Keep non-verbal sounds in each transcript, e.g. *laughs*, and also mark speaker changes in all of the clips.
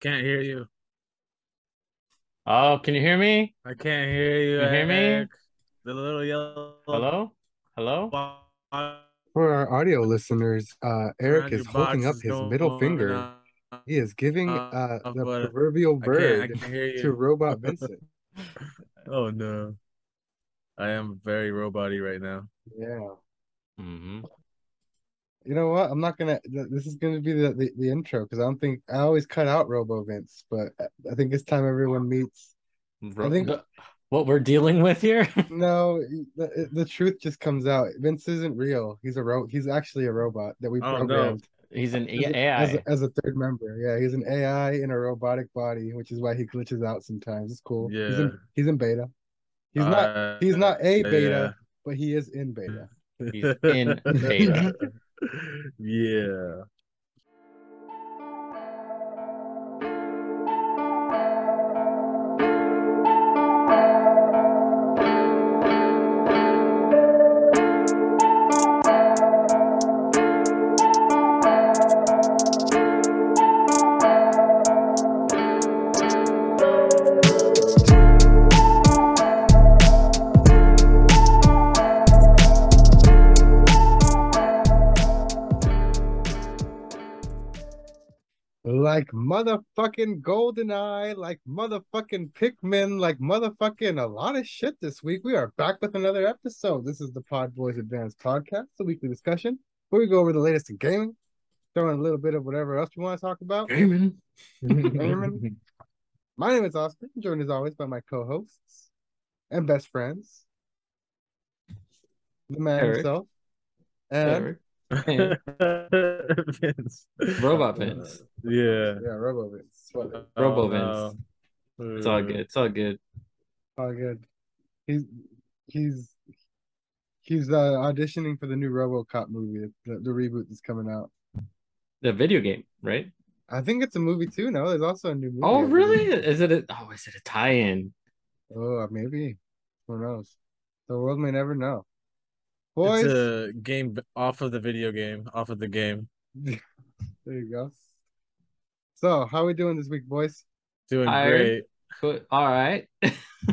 Speaker 1: Can't hear you.
Speaker 2: Oh, can you hear me?
Speaker 1: I can't hear you.
Speaker 2: You hear me?
Speaker 1: Eric. The little yellow.
Speaker 2: Hello? Hello?
Speaker 1: ball
Speaker 3: For our audio listeners, uh, Eric
Speaker 1: around
Speaker 3: is
Speaker 1: your
Speaker 3: holding
Speaker 1: box
Speaker 3: up
Speaker 1: is
Speaker 3: his
Speaker 1: going
Speaker 3: middle finger.
Speaker 1: up. I
Speaker 3: He is giving
Speaker 1: Uh,
Speaker 3: uh, the
Speaker 1: but
Speaker 3: proverbial
Speaker 1: can't, I
Speaker 3: bird
Speaker 1: can't hear
Speaker 3: *laughs* to
Speaker 1: you.
Speaker 3: Robot Vincent.
Speaker 1: *laughs* Oh no. I am very roboty right now.
Speaker 3: yeah.
Speaker 2: hmm
Speaker 3: You know what? I'm not gonna. th- This is gonna be the the, the intro because I don't think I always cut out Robo Vince, but I I think it's time everyone meets. I think-
Speaker 2: what we're dealing with here? *laughs*
Speaker 3: No, the, the truth just comes out. Vince isn't real. He's a ro. He's actually a robot that we
Speaker 1: Oh, no.
Speaker 3: programmed
Speaker 2: He's an
Speaker 3: as, a-
Speaker 2: AI.
Speaker 3: As, a, as a third member. Yeah, he's an AI in a robotic body, which is why he glitches out sometimes. It's cool. He's
Speaker 1: Yeah.
Speaker 3: in, he's in beta. He's not.
Speaker 1: Uh,
Speaker 3: He's not a
Speaker 1: yeah.
Speaker 3: beta, but he is in beta.
Speaker 2: He's in *laughs* beta.
Speaker 1: yeah.
Speaker 3: Like motherfucking Goldeneye, like motherfucking Pikmin, like motherfucking a lot of shit this week. We are back with another episode. This is the Pod Boys Advanced Podcast, the weekly discussion where we go over the latest in gaming, throw in a little bit of whatever else we want to talk
Speaker 2: *laughs*
Speaker 3: about.
Speaker 2: Gaming.
Speaker 3: Gaming. My name is Oscar, I'm joined as always by my co hosts and best friends, the man
Speaker 2: Eric.
Speaker 3: himself, and
Speaker 2: Eric. And
Speaker 1: *laughs* Vince.
Speaker 2: *laughs*
Speaker 1: Uh,
Speaker 2: Robot Vince.
Speaker 1: Yeah.
Speaker 3: yeah, Robo Vince. Whatever.
Speaker 2: Robo
Speaker 1: Oh,
Speaker 2: Vince.
Speaker 1: no.
Speaker 2: It's all good. It's all good.
Speaker 3: Oh, good. He's he's he's uh, auditioning for the new RoboCop movie, the, the reboot that's coming out.
Speaker 2: The video game, right?
Speaker 3: I think it's a movie too. No, there's also a new movie.
Speaker 2: Oh,
Speaker 3: I
Speaker 2: really?
Speaker 3: believe.
Speaker 2: Is it a oh is it a tie-in?
Speaker 3: Oh, maybe. Who knows? The world may never know. Boys,
Speaker 1: It's a game b- off of the video game, off of the game.
Speaker 3: there you go. So, how we doing this week, boys?
Speaker 1: Doing
Speaker 2: Tired?
Speaker 1: great.
Speaker 2: Cool. All right.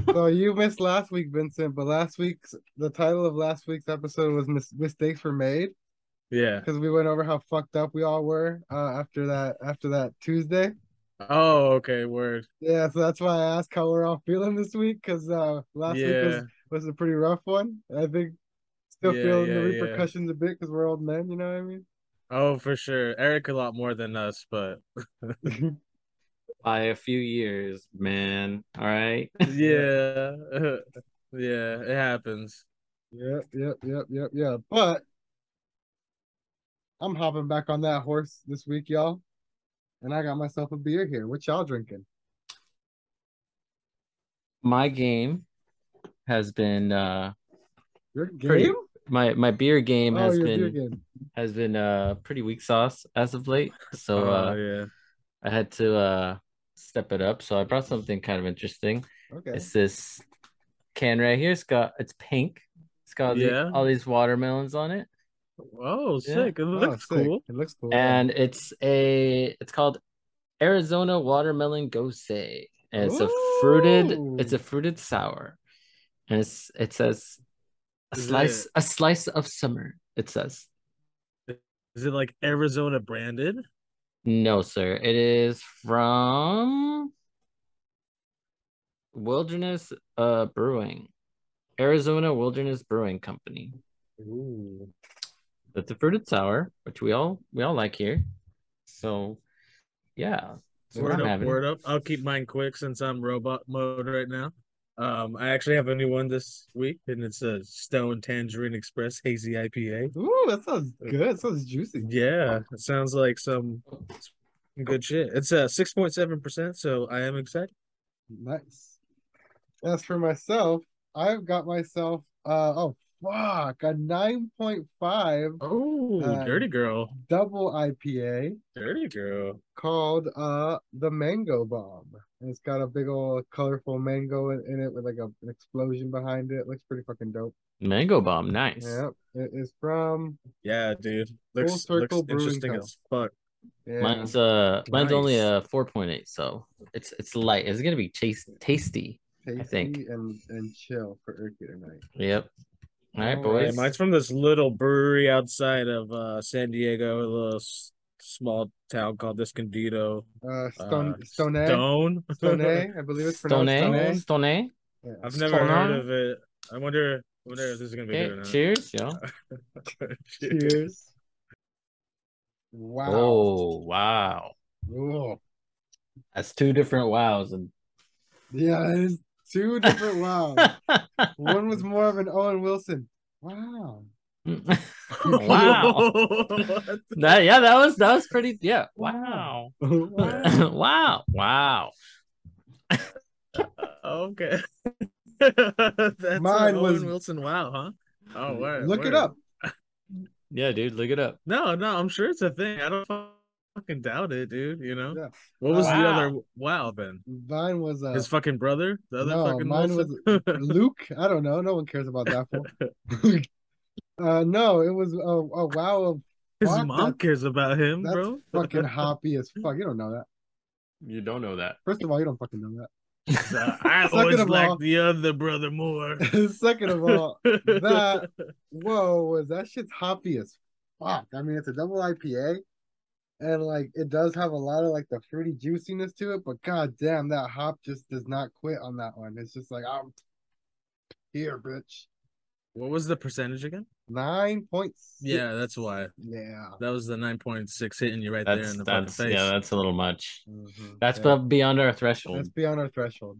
Speaker 3: So you missed last week, Vincent, but last week's the title of last week's episode was Mis- "Mistakes Were Made"
Speaker 1: Yeah.
Speaker 3: because we went over how fucked up we all were uh, after that after that Tuesday.
Speaker 1: Oh, okay. Word.
Speaker 3: Yeah, so that's why I asked how we're all feeling this week because uh, last week
Speaker 1: yeah.
Speaker 3: was, was a pretty rough one. I think still
Speaker 1: Yeah,
Speaker 3: feeling the
Speaker 1: yeah, yeah.
Speaker 3: repercussions a bit because we're old men, you know what I mean?
Speaker 1: Oh, for sure. Eric a lot more than us,
Speaker 2: *laughs*
Speaker 1: but
Speaker 2: By a few years, man. All right.
Speaker 1: yeah. *laughs* yeah, it happens.
Speaker 3: *laughs* Yep, yep, yep, yep, yep. But I'm hopping back on that horse this week, y'all. And I got myself a beer here. What y'all drinking?
Speaker 2: My game has been uh
Speaker 3: Your
Speaker 2: Pretty-
Speaker 3: game?
Speaker 2: my my beer game
Speaker 3: Oh,
Speaker 2: has
Speaker 3: your
Speaker 2: been
Speaker 3: beer game.
Speaker 2: has been uh pretty weak sauce as of late. So
Speaker 1: oh,
Speaker 2: uh
Speaker 1: yeah.
Speaker 2: I had to uh step it up. So I brought something kind of interesting.
Speaker 3: Okay.
Speaker 2: It's this can right here. It's got it's pink. It's got all the-
Speaker 1: Yeah.
Speaker 2: all these watermelons on it.
Speaker 1: Oh,
Speaker 2: Yeah.
Speaker 1: sick. It
Speaker 3: Oh,
Speaker 1: looks
Speaker 3: sick.
Speaker 1: cool.
Speaker 3: It looks cool. yeah.
Speaker 2: And it's a it's called Arizona watermelon gose. And it's a fruited it's a fruited sour. And it's it says a
Speaker 1: Is
Speaker 2: slice
Speaker 1: it-
Speaker 2: a slice of summer. It says
Speaker 1: Is it like Arizona branded?
Speaker 2: No, sir. It is from Wilderness uh Brewing. Arizona Wilderness Brewing Company.
Speaker 1: Ooh.
Speaker 2: That's a fruited sour, which we all we all like here. So yeah. So
Speaker 1: Word
Speaker 2: I'm
Speaker 1: up,
Speaker 2: having-
Speaker 1: word up. I'll keep mine quick since I'm robot mode right now. Um, I actually have a new one this week, and it's a Stone Tangerine Express Hazy IPA.
Speaker 3: Ooh, that sounds good. That sounds juicy.
Speaker 1: Yeah, it sounds like some good shit. It's uh six point seven percent, so I am excited.
Speaker 3: Nice. As for myself, I've got myself uh oh fuck a 9.5
Speaker 1: Oh,
Speaker 3: Uh,
Speaker 1: dirty girl,
Speaker 3: double IPA
Speaker 1: dirty girl.
Speaker 3: called uh the Mango Bomb. And it's got a big old colorful mango in, in it with like a, an explosion behind it. Looks pretty fucking dope.
Speaker 2: Mango bomb, nice.
Speaker 3: Yeah, it is from
Speaker 1: Yeah, dude, looks
Speaker 3: Circle
Speaker 1: looks
Speaker 3: Brewing
Speaker 1: interesting
Speaker 3: Co.
Speaker 1: as fuck.
Speaker 3: Yeah.
Speaker 2: Mine's uh mine's
Speaker 1: Nice.
Speaker 2: only a four point eight, so it's it's light. It's gonna be chase tasty.
Speaker 3: Tasty
Speaker 2: think.
Speaker 3: and and chill for Urquhart tonight.
Speaker 2: Yep. All right,
Speaker 3: Alright,
Speaker 1: Oh, Yeah,
Speaker 2: boys.
Speaker 1: mine's from this little brewery outside of uh, San Diego, a little s- small town called Escondido.
Speaker 3: Uh,
Speaker 1: Uh,
Speaker 3: Stone Stone
Speaker 1: Stone.
Speaker 3: Stone, I believe it's
Speaker 2: Stone,
Speaker 3: pronounced Stone.
Speaker 2: Stone.
Speaker 1: I've never
Speaker 2: Stone.
Speaker 1: heard of it. I wonder, I wonder if this is gonna be
Speaker 2: Okay,
Speaker 1: good or not. *laughs*
Speaker 2: cheers, yo.
Speaker 1: Cheers. *laughs*
Speaker 3: Cheers. Wow.
Speaker 2: Oh wow.
Speaker 3: Cool.
Speaker 2: That's two different
Speaker 1: *laughs*
Speaker 2: wows and
Speaker 3: Yeah, it is
Speaker 2: *laughs*
Speaker 3: two different wow. One was more of an Owen Wilson. Wow.
Speaker 2: Wow.
Speaker 1: What?
Speaker 2: That- yeah, that was that was pretty yeah. Wow.
Speaker 3: *laughs* Wow.
Speaker 2: *laughs* wow. Wow.
Speaker 1: okay. *laughs* That's
Speaker 3: Mine
Speaker 1: Mine
Speaker 3: was-
Speaker 1: Owen Wilson. Wow, huh? Oh, word,
Speaker 3: Look
Speaker 1: word.
Speaker 3: it up.
Speaker 2: Yeah, dude, look it up.
Speaker 1: No, no, I'm sure it's a thing. I don't fucking doubt it, dude. You know
Speaker 3: Yeah.
Speaker 1: what was the
Speaker 2: Wow.
Speaker 1: other wow then?
Speaker 3: Mine was uh,
Speaker 1: His fucking brother, the other
Speaker 3: no,
Speaker 1: fucking
Speaker 3: mine
Speaker 1: Wilson? *laughs*
Speaker 3: Luke. I don't know. No one cares about that one. uh, no, it was a, a wow of
Speaker 1: His
Speaker 3: fuck,
Speaker 1: mom
Speaker 3: that's-
Speaker 1: cares about him,
Speaker 3: that's
Speaker 1: bro. *laughs*
Speaker 3: fucking hoppy as fuck. You don't know that.
Speaker 2: You don't know that.
Speaker 3: First of all, you don't fucking know *laughs*
Speaker 1: So I
Speaker 3: Second
Speaker 1: always
Speaker 3: of all-
Speaker 1: like the other brother more.
Speaker 3: that. *laughs* Second of all, that whoa was that shit's hoppy as fuck. I mean, it's a double IPA, and like it does have a lot of like the fruity juiciness to it, but god damn, that hop just does not quit on that one. It's just like I'm here, bitch.
Speaker 1: *laughs* What was the percentage again?
Speaker 3: Nine points.
Speaker 1: Yeah, that's why.
Speaker 3: Yeah.
Speaker 1: That was the 9.6 hitting you right there
Speaker 2: That's
Speaker 1: in the
Speaker 2: that's
Speaker 1: fucking face.
Speaker 2: yeah, that's a little much.
Speaker 3: Mhm.
Speaker 2: That's
Speaker 3: Yeah.
Speaker 2: above beyond our
Speaker 3: That's
Speaker 2: threshold.
Speaker 3: beyond our threshold.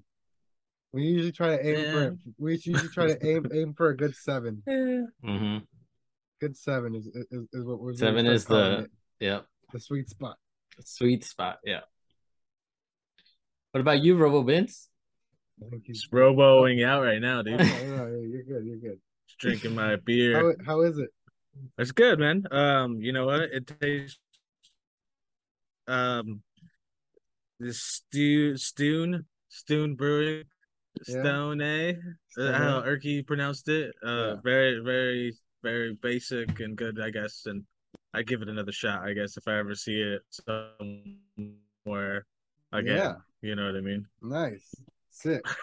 Speaker 3: We usually try to aim for we usually try to aim aim for a good seven.
Speaker 1: Yeah.
Speaker 2: hmm
Speaker 3: Good seven is is, is what we're
Speaker 2: Seven is the- Yep.
Speaker 3: the sweet spot.
Speaker 2: Sweet spot. Yeah. What about you, Robo Vince?
Speaker 3: I think he's
Speaker 1: Just roboing out right now,
Speaker 3: no,
Speaker 1: dude.
Speaker 3: no, no, you're good, you're good.
Speaker 1: Just drinking
Speaker 3: *laughs*
Speaker 1: my
Speaker 3: How,
Speaker 1: beer.
Speaker 3: how is it?
Speaker 1: It's good, man. Um, you know what? It tastes um this stew stoon stoon brewing
Speaker 3: Yeah. Uh-huh.
Speaker 1: stone eh? Uh, how Erky pronounced it. Uh,
Speaker 3: Yeah.
Speaker 1: very, very, very basic and good, I guess. And I give it another shot, I guess, if I ever see it somewhere again.
Speaker 3: Yeah,
Speaker 1: You know what I mean?
Speaker 3: nice. Sick.
Speaker 1: *laughs*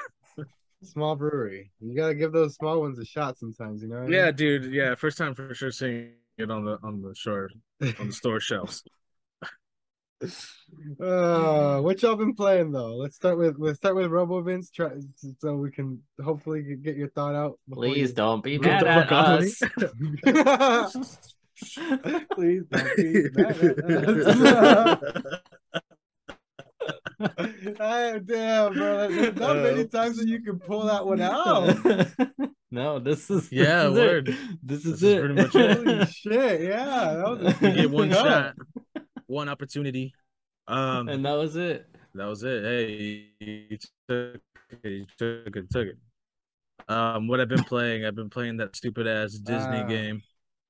Speaker 3: small brewery. You gotta give those small ones a shot sometimes, you know? what I
Speaker 1: Yeah, dude. Yeah, first time for sure seeing it on the on the shore
Speaker 3: mean?
Speaker 1: on the store shelves.
Speaker 3: uh, what y'all been playing though? Let's start with let's start with Robo Vince try, so we can hopefully get your thought out. before you-
Speaker 2: Please don't be
Speaker 1: Get
Speaker 2: mad
Speaker 1: the
Speaker 2: at
Speaker 1: fuck off
Speaker 2: us.
Speaker 1: of
Speaker 3: *laughs* Please don't be mad *laughs*
Speaker 1: *laughs* me.
Speaker 3: at us. I- Ah, damn, bro. There's not many
Speaker 1: Uh,
Speaker 3: times that you can pull that
Speaker 1: *laughs*
Speaker 3: one out.
Speaker 2: *laughs* no, this is
Speaker 1: Yeah,
Speaker 2: this is
Speaker 1: word.
Speaker 2: It. This is
Speaker 1: This is
Speaker 2: it.
Speaker 1: pretty much it.
Speaker 3: Holy shit, yeah. That was a-
Speaker 1: you get one
Speaker 2: *laughs* Yeah.
Speaker 1: shot, one opportunity. Um,
Speaker 2: *laughs* and that
Speaker 1: *laughs*
Speaker 2: was it.
Speaker 1: That was it. Hey, you took it, you took it, took it. Um, what I've been playing, I've been playing that stupid ass Disney
Speaker 3: Ah.
Speaker 1: game.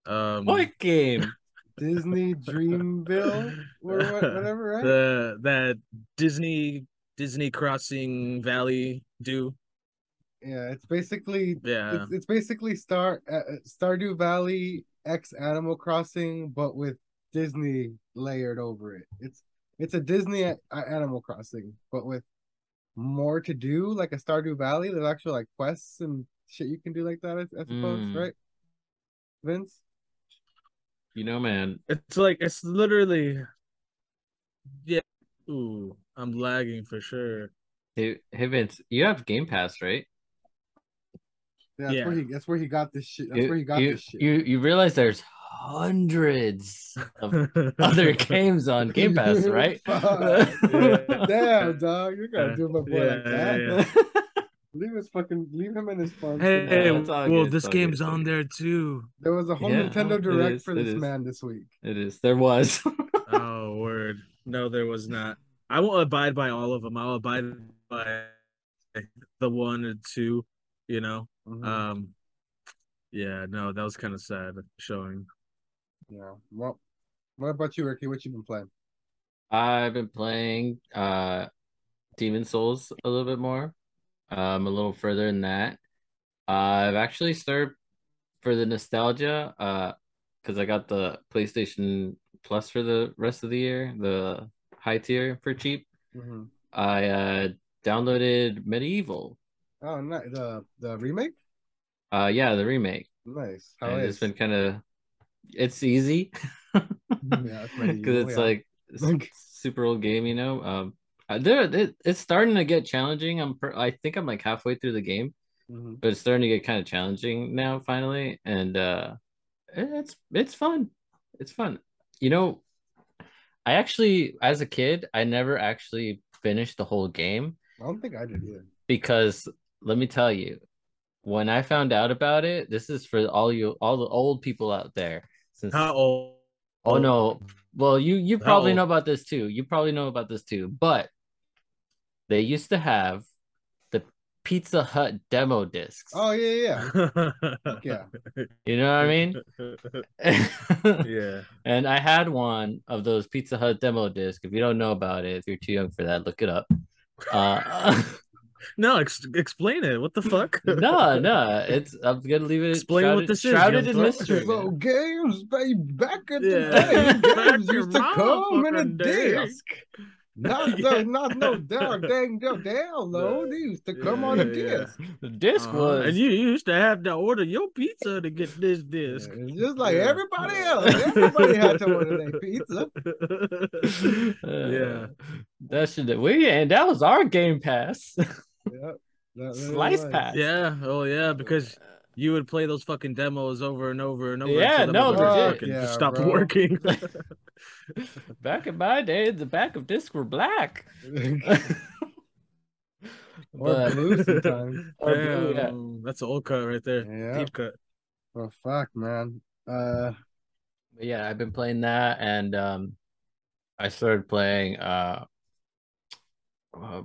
Speaker 1: Um,
Speaker 2: What game?
Speaker 3: Disney Dreamville or what,
Speaker 1: *laughs*
Speaker 3: whatever, right?
Speaker 1: the that Disney Disney Crossing Valley do.
Speaker 3: yeah, it's basically
Speaker 1: Yeah,
Speaker 3: it's, it's basically Star uh, uh, Stardew Valley X Animal Crossing, but with Disney layered over it. It's it's a Disney a- uh, Animal Crossing, but with more to do, like a Stardew Valley. There's actual like quests and shit you can do like that. I, I suppose,
Speaker 2: Mm.
Speaker 3: right? Vince,
Speaker 2: You know, man.
Speaker 1: it's like it's literally yeah. Ooh, I'm lagging for sure.
Speaker 2: Hey, hey, Vince, you have Game Pass, right?
Speaker 3: yeah, that's where
Speaker 1: Yeah.
Speaker 3: he that's where he got this shit. That's
Speaker 2: you,
Speaker 3: where he got
Speaker 2: you,
Speaker 3: this shit.
Speaker 2: You, you realize there's hundreds
Speaker 3: *laughs*
Speaker 2: of
Speaker 1: *laughs*
Speaker 2: other games on Game Pass, right?
Speaker 3: Fuck.
Speaker 1: Yeah.
Speaker 2: *laughs*
Speaker 3: Damn, dog, you're gonna
Speaker 1: Yeah.
Speaker 3: do my boy like
Speaker 1: Yeah,
Speaker 3: that.
Speaker 1: yeah, yeah.
Speaker 3: Leave his fucking leave him in his phone.
Speaker 1: Hey,
Speaker 2: No, it's all
Speaker 1: well,
Speaker 2: good,
Speaker 1: this
Speaker 2: it's all good,
Speaker 1: game's
Speaker 2: it's all
Speaker 1: on
Speaker 2: good.
Speaker 1: there too.
Speaker 3: There was a whole
Speaker 2: Yeah,
Speaker 3: Nintendo
Speaker 2: it
Speaker 3: Direct
Speaker 2: is,
Speaker 3: for
Speaker 2: it
Speaker 3: this
Speaker 2: is.
Speaker 3: man this week.
Speaker 2: It is. There was. *laughs*
Speaker 1: Oh word. No, there was not. I won't abide by all of them. I'll abide by the one and two, you know.
Speaker 2: Mm. Uh,
Speaker 3: Mhm.
Speaker 1: Um yeah, no, that was kind of sad showing.
Speaker 3: yeah. Well, what about you, Ricky? What you been playing?
Speaker 2: I've been playing uh Demon Souls a little bit more. Um a little further than that. I've actually started for the nostalgia uh cuz I got the PlayStation plus for the rest of the year, the high tier for cheap. Mm-hmm.
Speaker 3: hmm
Speaker 2: I uh, downloaded Medieval.
Speaker 3: Oh, nice. The the remake.
Speaker 2: Uh, yeah, the remake.
Speaker 3: Nice. How
Speaker 2: And
Speaker 3: is?
Speaker 2: it's been kind of, it's easy
Speaker 3: Mm,
Speaker 2: *laughs*
Speaker 3: yeah, it's
Speaker 2: because
Speaker 3: Medieval,
Speaker 2: it's
Speaker 3: yeah.
Speaker 2: like s-
Speaker 3: Like-
Speaker 2: super old game, you know. Um, uh, there it, it's starting to get challenging. I'm per- I think I'm like halfway through the game,
Speaker 1: Mm-hmm.
Speaker 3: Mhm.
Speaker 2: but it's starting to get kind of challenging now finally, and uh, it- it's it's fun. It's fun. You know, I actually as a kid I never actually finished the whole game
Speaker 3: I don't think I did either.
Speaker 2: because let me tell you when i found out about it this is for all you all the old people out there since
Speaker 1: How old?
Speaker 2: oh no well you you
Speaker 1: How
Speaker 2: probably
Speaker 1: old?
Speaker 2: know about this too you probably know about this too but they used to have the pizza hut demo discs
Speaker 3: Oh yeah, yeah,
Speaker 1: *laughs*
Speaker 3: yeah. yeah.
Speaker 2: you know what i mean
Speaker 1: yeah.
Speaker 2: *laughs* and i had one of those pizza hut demo discs if you don't know about it if you're too young for that look it up uh *laughs*
Speaker 1: No, ex- explain it. What the fuck?
Speaker 2: no no it's i'm gonna leave it
Speaker 1: Explain what
Speaker 2: shrouded-
Speaker 1: this is,
Speaker 2: shrouded
Speaker 1: young
Speaker 2: in
Speaker 1: fuck.
Speaker 2: mystery man.
Speaker 3: So games, baby, back in the
Speaker 1: Yeah.
Speaker 3: day,
Speaker 1: *laughs* Back
Speaker 3: games
Speaker 1: in
Speaker 3: used to
Speaker 1: my
Speaker 3: come in a
Speaker 1: fucking day.
Speaker 3: disc.
Speaker 1: *laughs*
Speaker 3: Not
Speaker 1: Yeah.
Speaker 3: no, not no down, dang,
Speaker 1: *laughs*
Speaker 3: no download. They used to come on a
Speaker 1: Yeah, yeah, yeah.
Speaker 3: disc.
Speaker 2: The disc
Speaker 1: Uh-huh.
Speaker 2: was.
Speaker 1: And you used to have to order your pizza to get this disc.
Speaker 3: It's just like
Speaker 1: Yeah.
Speaker 3: everybody else. Everybody had to order their *laughs* pizza.
Speaker 2: Uh,
Speaker 1: *laughs* yeah.
Speaker 2: that should we and that was our Game Pass *laughs*
Speaker 3: Yep. That really
Speaker 2: slice
Speaker 3: was.
Speaker 2: pass.
Speaker 1: Yeah. Oh yeah. Because you would play those fucking demos over and over and over.
Speaker 2: Yeah,
Speaker 1: until
Speaker 2: no,
Speaker 1: that motherfucker
Speaker 2: legit.
Speaker 1: fucking
Speaker 3: Yeah,
Speaker 1: just stopped
Speaker 3: bro.
Speaker 1: working.
Speaker 2: Back in my day, the back of discs were black.
Speaker 3: *laughs* or
Speaker 1: *laughs*
Speaker 2: But-
Speaker 3: *laughs* blue sometimes.
Speaker 2: or blue, yeah.
Speaker 1: Damn, That's an old cut right there.
Speaker 3: Yeah.
Speaker 1: Deep cut.
Speaker 3: Well, fuck, man. Uh,
Speaker 2: But yeah, I've been playing that, and um, I started playing uh, uh,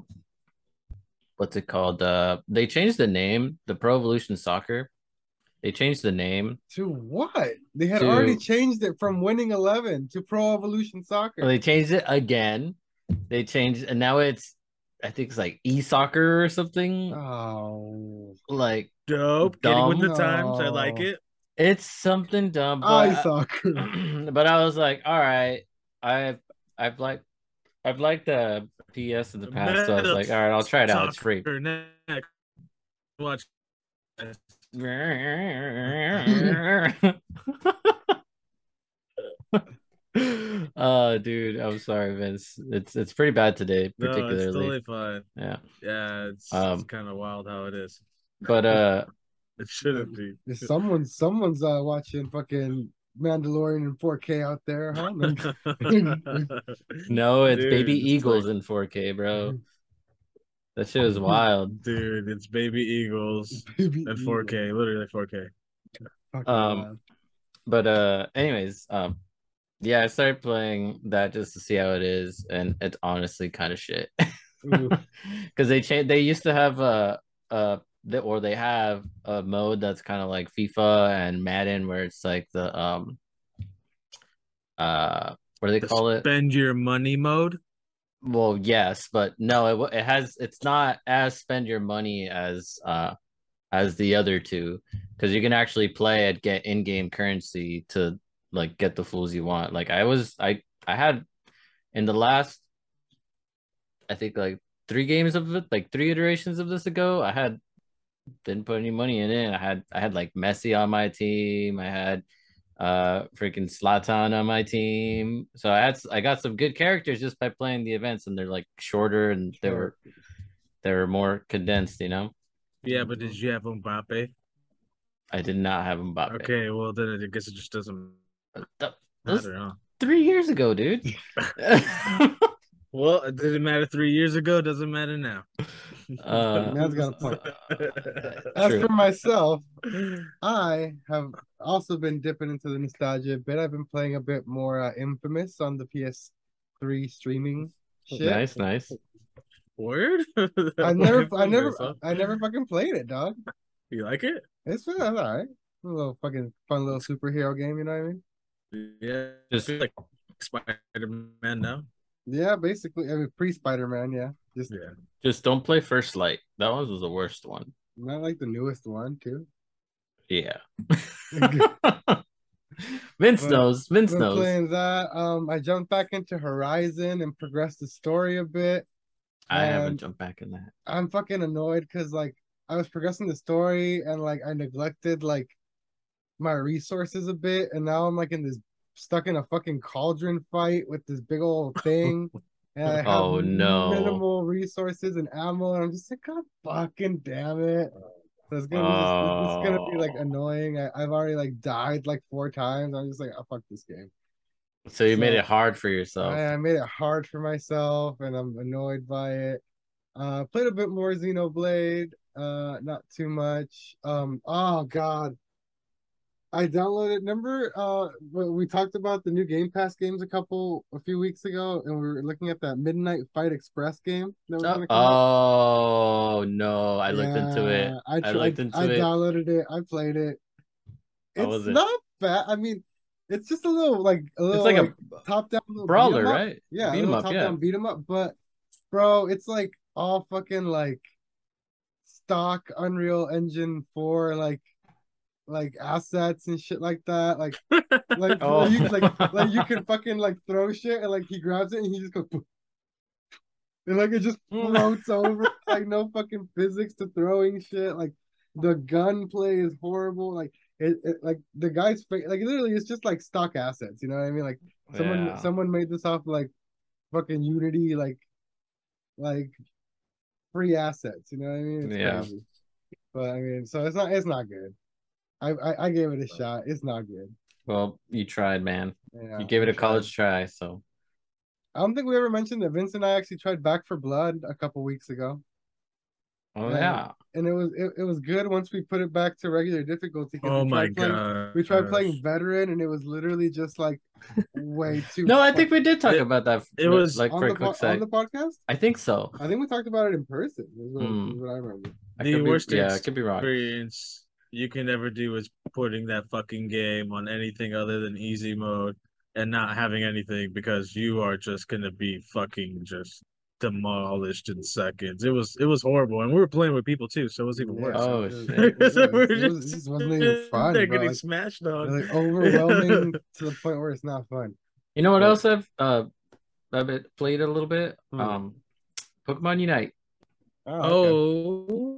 Speaker 2: what's it called? Uh, they changed the name, the Pro Evolution Soccer. They changed the name.
Speaker 3: to what? They had
Speaker 2: To-
Speaker 3: already changed it from winning eleven to Pro Evolution Soccer.
Speaker 2: Well, they changed it again. They changed, and now it's, I think it's like e soccer or something.
Speaker 3: Oh,
Speaker 2: Like
Speaker 1: Dope. Getting with
Speaker 2: Dumb.
Speaker 1: the times. I like
Speaker 3: No.
Speaker 1: it.
Speaker 2: it's something dumb.
Speaker 3: eye
Speaker 2: But,
Speaker 3: *laughs*
Speaker 2: *clears throat*
Speaker 3: soccer.
Speaker 2: but I was like, all right, I've I've liked I've liked the PS in the past, so I was like, all right, I'll try it out. It's free. *laughs*
Speaker 1: Soccer next. Watch.
Speaker 2: uh dude i'm sorry vince it's it's pretty bad today
Speaker 1: No, it's
Speaker 2: particularly
Speaker 1: totally fine.
Speaker 2: yeah
Speaker 1: Yeah, it's,
Speaker 2: Um,
Speaker 1: it's kind of wild how it is.
Speaker 2: but uh
Speaker 1: It shouldn't
Speaker 3: *laughs*
Speaker 1: be.
Speaker 3: If
Speaker 1: *laughs*
Speaker 3: someone, someone's uh, watching fucking Mandalorian in 4K out there, *laughs* huh?
Speaker 2: No, it's
Speaker 1: Dude,
Speaker 2: baby
Speaker 1: it's
Speaker 2: eagles in 4K, bro. That
Speaker 1: *laughs*
Speaker 2: shit is wild.
Speaker 1: Dude, it's baby eagles
Speaker 3: *laughs* Baby
Speaker 1: at
Speaker 3: eagle.
Speaker 1: 4K, literally 4K.
Speaker 3: Fucking
Speaker 2: Um,
Speaker 3: wild.
Speaker 2: But uh anyways, um yeah, I started playing that just to see how it is and it's honestly kind of shit.
Speaker 3: *laughs* Ooh.
Speaker 2: *laughs* Cuz they changed they used to have a uh the, or they have a mode that's kind of like FIFA and Madden where it's like the um uh what do they
Speaker 1: The
Speaker 2: call it?
Speaker 1: Spend your money mode.
Speaker 2: Well, yes, but no, it w- it has it's not as spend your money as uh as the other two because you can actually play and get in-game currency to like get the fools you want. Like I was I I had in the last I think like three games of it, like three iterations of this ago, I had didn't put any money in it. I had I had like Messi on my team. I had uh freaking Slatan on my team. So I had I got some good characters just by playing the events and they're like shorter and they were they were more condensed, you know.
Speaker 1: Yeah, but
Speaker 2: Mm-hmm.
Speaker 1: did you have Mbappe?
Speaker 2: I did not have Mbappe.
Speaker 1: Okay, well then I guess it just doesn't
Speaker 2: Th- Those
Speaker 1: matter. Huh?
Speaker 2: three years ago, dude. *laughs*
Speaker 1: Well, it didn't matter three years ago. Doesn't matter now.
Speaker 2: *laughs* Uh,
Speaker 3: Man's got a point. As
Speaker 2: True.
Speaker 3: for myself, I have also been dipping into the nostalgia a bit. I've been playing a bit more uh, Infamous on the PS3 streaming shit.
Speaker 2: Nice, nice.
Speaker 1: *laughs* Word. *laughs*
Speaker 3: I never, I never, I never fucking played it, dog.
Speaker 1: You like it?
Speaker 3: It's been all right. A little fucking fun little superhero game, you know what I mean?
Speaker 1: Yeah.
Speaker 2: Just-
Speaker 1: like Spider Man now.
Speaker 3: Yeah, basically, I mean, pre Spider Man, yeah. Just
Speaker 1: Yeah.
Speaker 2: Just don't play First Light. That one was the worst one.
Speaker 3: *laughs* not like the newest one, too.
Speaker 2: Yeah. *laughs* Vince
Speaker 3: But
Speaker 2: knows. Vince
Speaker 3: Been
Speaker 2: knows.
Speaker 3: playing that. Um, I jumped back into Horizon and progressed the story a bit.
Speaker 2: I haven't
Speaker 3: and-
Speaker 2: jumped back in that.
Speaker 3: I'm fucking annoyed because like I was progressing the story and like I neglected like my resources a bit, and now I'm like in this stuck in a fucking cauldron fight with this
Speaker 2: *laughs*
Speaker 3: big old thing. And I have
Speaker 2: Oh, no.
Speaker 3: minimal resources and ammo, and I'm just like, God fucking damn it. So it's gonna be just, it's gonna be like
Speaker 2: Oh.
Speaker 3: annoying. I, I've already like died like four times. I'm just like, oh, fuck this game.
Speaker 2: So you made
Speaker 3: So-
Speaker 2: it hard for yourself.
Speaker 3: I, I made it hard for myself, and I'm annoyed by it. Uh, played a bit more Xenoblade, uh, not too much. Um, oh god, I downloaded. Remember, uh, when we talked about the new Game Pass games a couple a few weeks ago, and we were looking at that Midnight Fight Express game that was
Speaker 2: Oh,
Speaker 3: gonna come out?
Speaker 2: oh, no! I looked into it.
Speaker 3: Yeah, I,
Speaker 2: I
Speaker 3: tr-
Speaker 2: looked into
Speaker 3: I
Speaker 2: it.
Speaker 3: downloaded it. I played it.
Speaker 2: How
Speaker 3: It's
Speaker 2: was it?
Speaker 3: not bad. I mean, it's just a little like
Speaker 2: It's
Speaker 3: a little
Speaker 2: like
Speaker 3: like,
Speaker 2: a
Speaker 3: top down little
Speaker 2: brawler,
Speaker 3: beat 'em up.
Speaker 2: right?
Speaker 3: Yeah,
Speaker 2: beat
Speaker 3: beat
Speaker 2: 'em
Speaker 3: little
Speaker 2: up.
Speaker 3: top
Speaker 2: Yeah.
Speaker 3: down beat 'em up, but bro, it's like all fucking like stock Unreal Engine 4 like like assets and shit like that.
Speaker 2: *laughs*
Speaker 3: Like like
Speaker 2: Oh.
Speaker 3: you, *laughs*
Speaker 2: *laughs*
Speaker 3: like like you can fucking like throw shit and like he grabs it and he just goes boop. and like it just
Speaker 2: *laughs*
Speaker 3: floats over like no fucking physics to throwing shit. Like the gunplay is horrible. Like it, it like the guy's face like literally it's just like stock assets, you know what I mean? Like Someone
Speaker 2: Yeah.
Speaker 3: someone made this off like fucking Unity, like like free assets. You know what I mean? It's
Speaker 2: Yeah.
Speaker 3: crazy. But I mean, so it's not it's not good. I I, I gave it a shot. It's not good.
Speaker 2: Well, you tried, man.
Speaker 3: Yeah,
Speaker 2: you gave it
Speaker 3: I
Speaker 2: a
Speaker 3: tried.
Speaker 2: college try, so
Speaker 3: I don't think we ever mentioned that Vince and I actually tried Back for Blood a couple weeks ago,
Speaker 2: oh
Speaker 3: Yeah.
Speaker 2: yeah.
Speaker 3: and it was it, it was good once we put it back to regular difficulty. 'cause
Speaker 1: Oh
Speaker 3: we
Speaker 1: my
Speaker 3: tried playing-
Speaker 1: god.
Speaker 3: We tried playing veteran, and it was literally just like way
Speaker 2: *laughs*
Speaker 3: too.
Speaker 2: No, I think
Speaker 3: fucking-
Speaker 2: we did talk
Speaker 1: It-
Speaker 2: about that.
Speaker 1: it
Speaker 2: for-
Speaker 1: was-
Speaker 2: like
Speaker 3: on
Speaker 2: for a
Speaker 3: the po-
Speaker 2: quick sec.
Speaker 3: on the podcast.
Speaker 2: I think so.
Speaker 3: I think we talked about it in person. Is what,
Speaker 2: Hmm.
Speaker 3: is what I remember.
Speaker 2: I
Speaker 1: The
Speaker 2: could be-
Speaker 1: worst
Speaker 2: yeah, I could be wrong.
Speaker 1: experience you can never do is putting that fucking game on anything other than easy mode and not having anything because you are just gonna be fucking just demolished in seconds. It was it was horrible, and we were playing with people too, so it was even worse. *laughs*
Speaker 2: Oh,
Speaker 3: it was-
Speaker 2: shit.
Speaker 3: it was-
Speaker 1: So we're
Speaker 3: it was- it just wasn't even
Speaker 1: sitting
Speaker 3: fun.
Speaker 1: They're
Speaker 3: bro.
Speaker 1: getting
Speaker 3: Like,
Speaker 1: smashed
Speaker 3: they're,
Speaker 1: on. *laughs*
Speaker 3: like overwhelming to the point where it's not fun.
Speaker 2: You know what
Speaker 3: But-
Speaker 2: else I've uh I've been- played a little bit?
Speaker 3: Hmm.
Speaker 2: Um Pokemon Unite.
Speaker 3: Oh, okay.
Speaker 1: Oh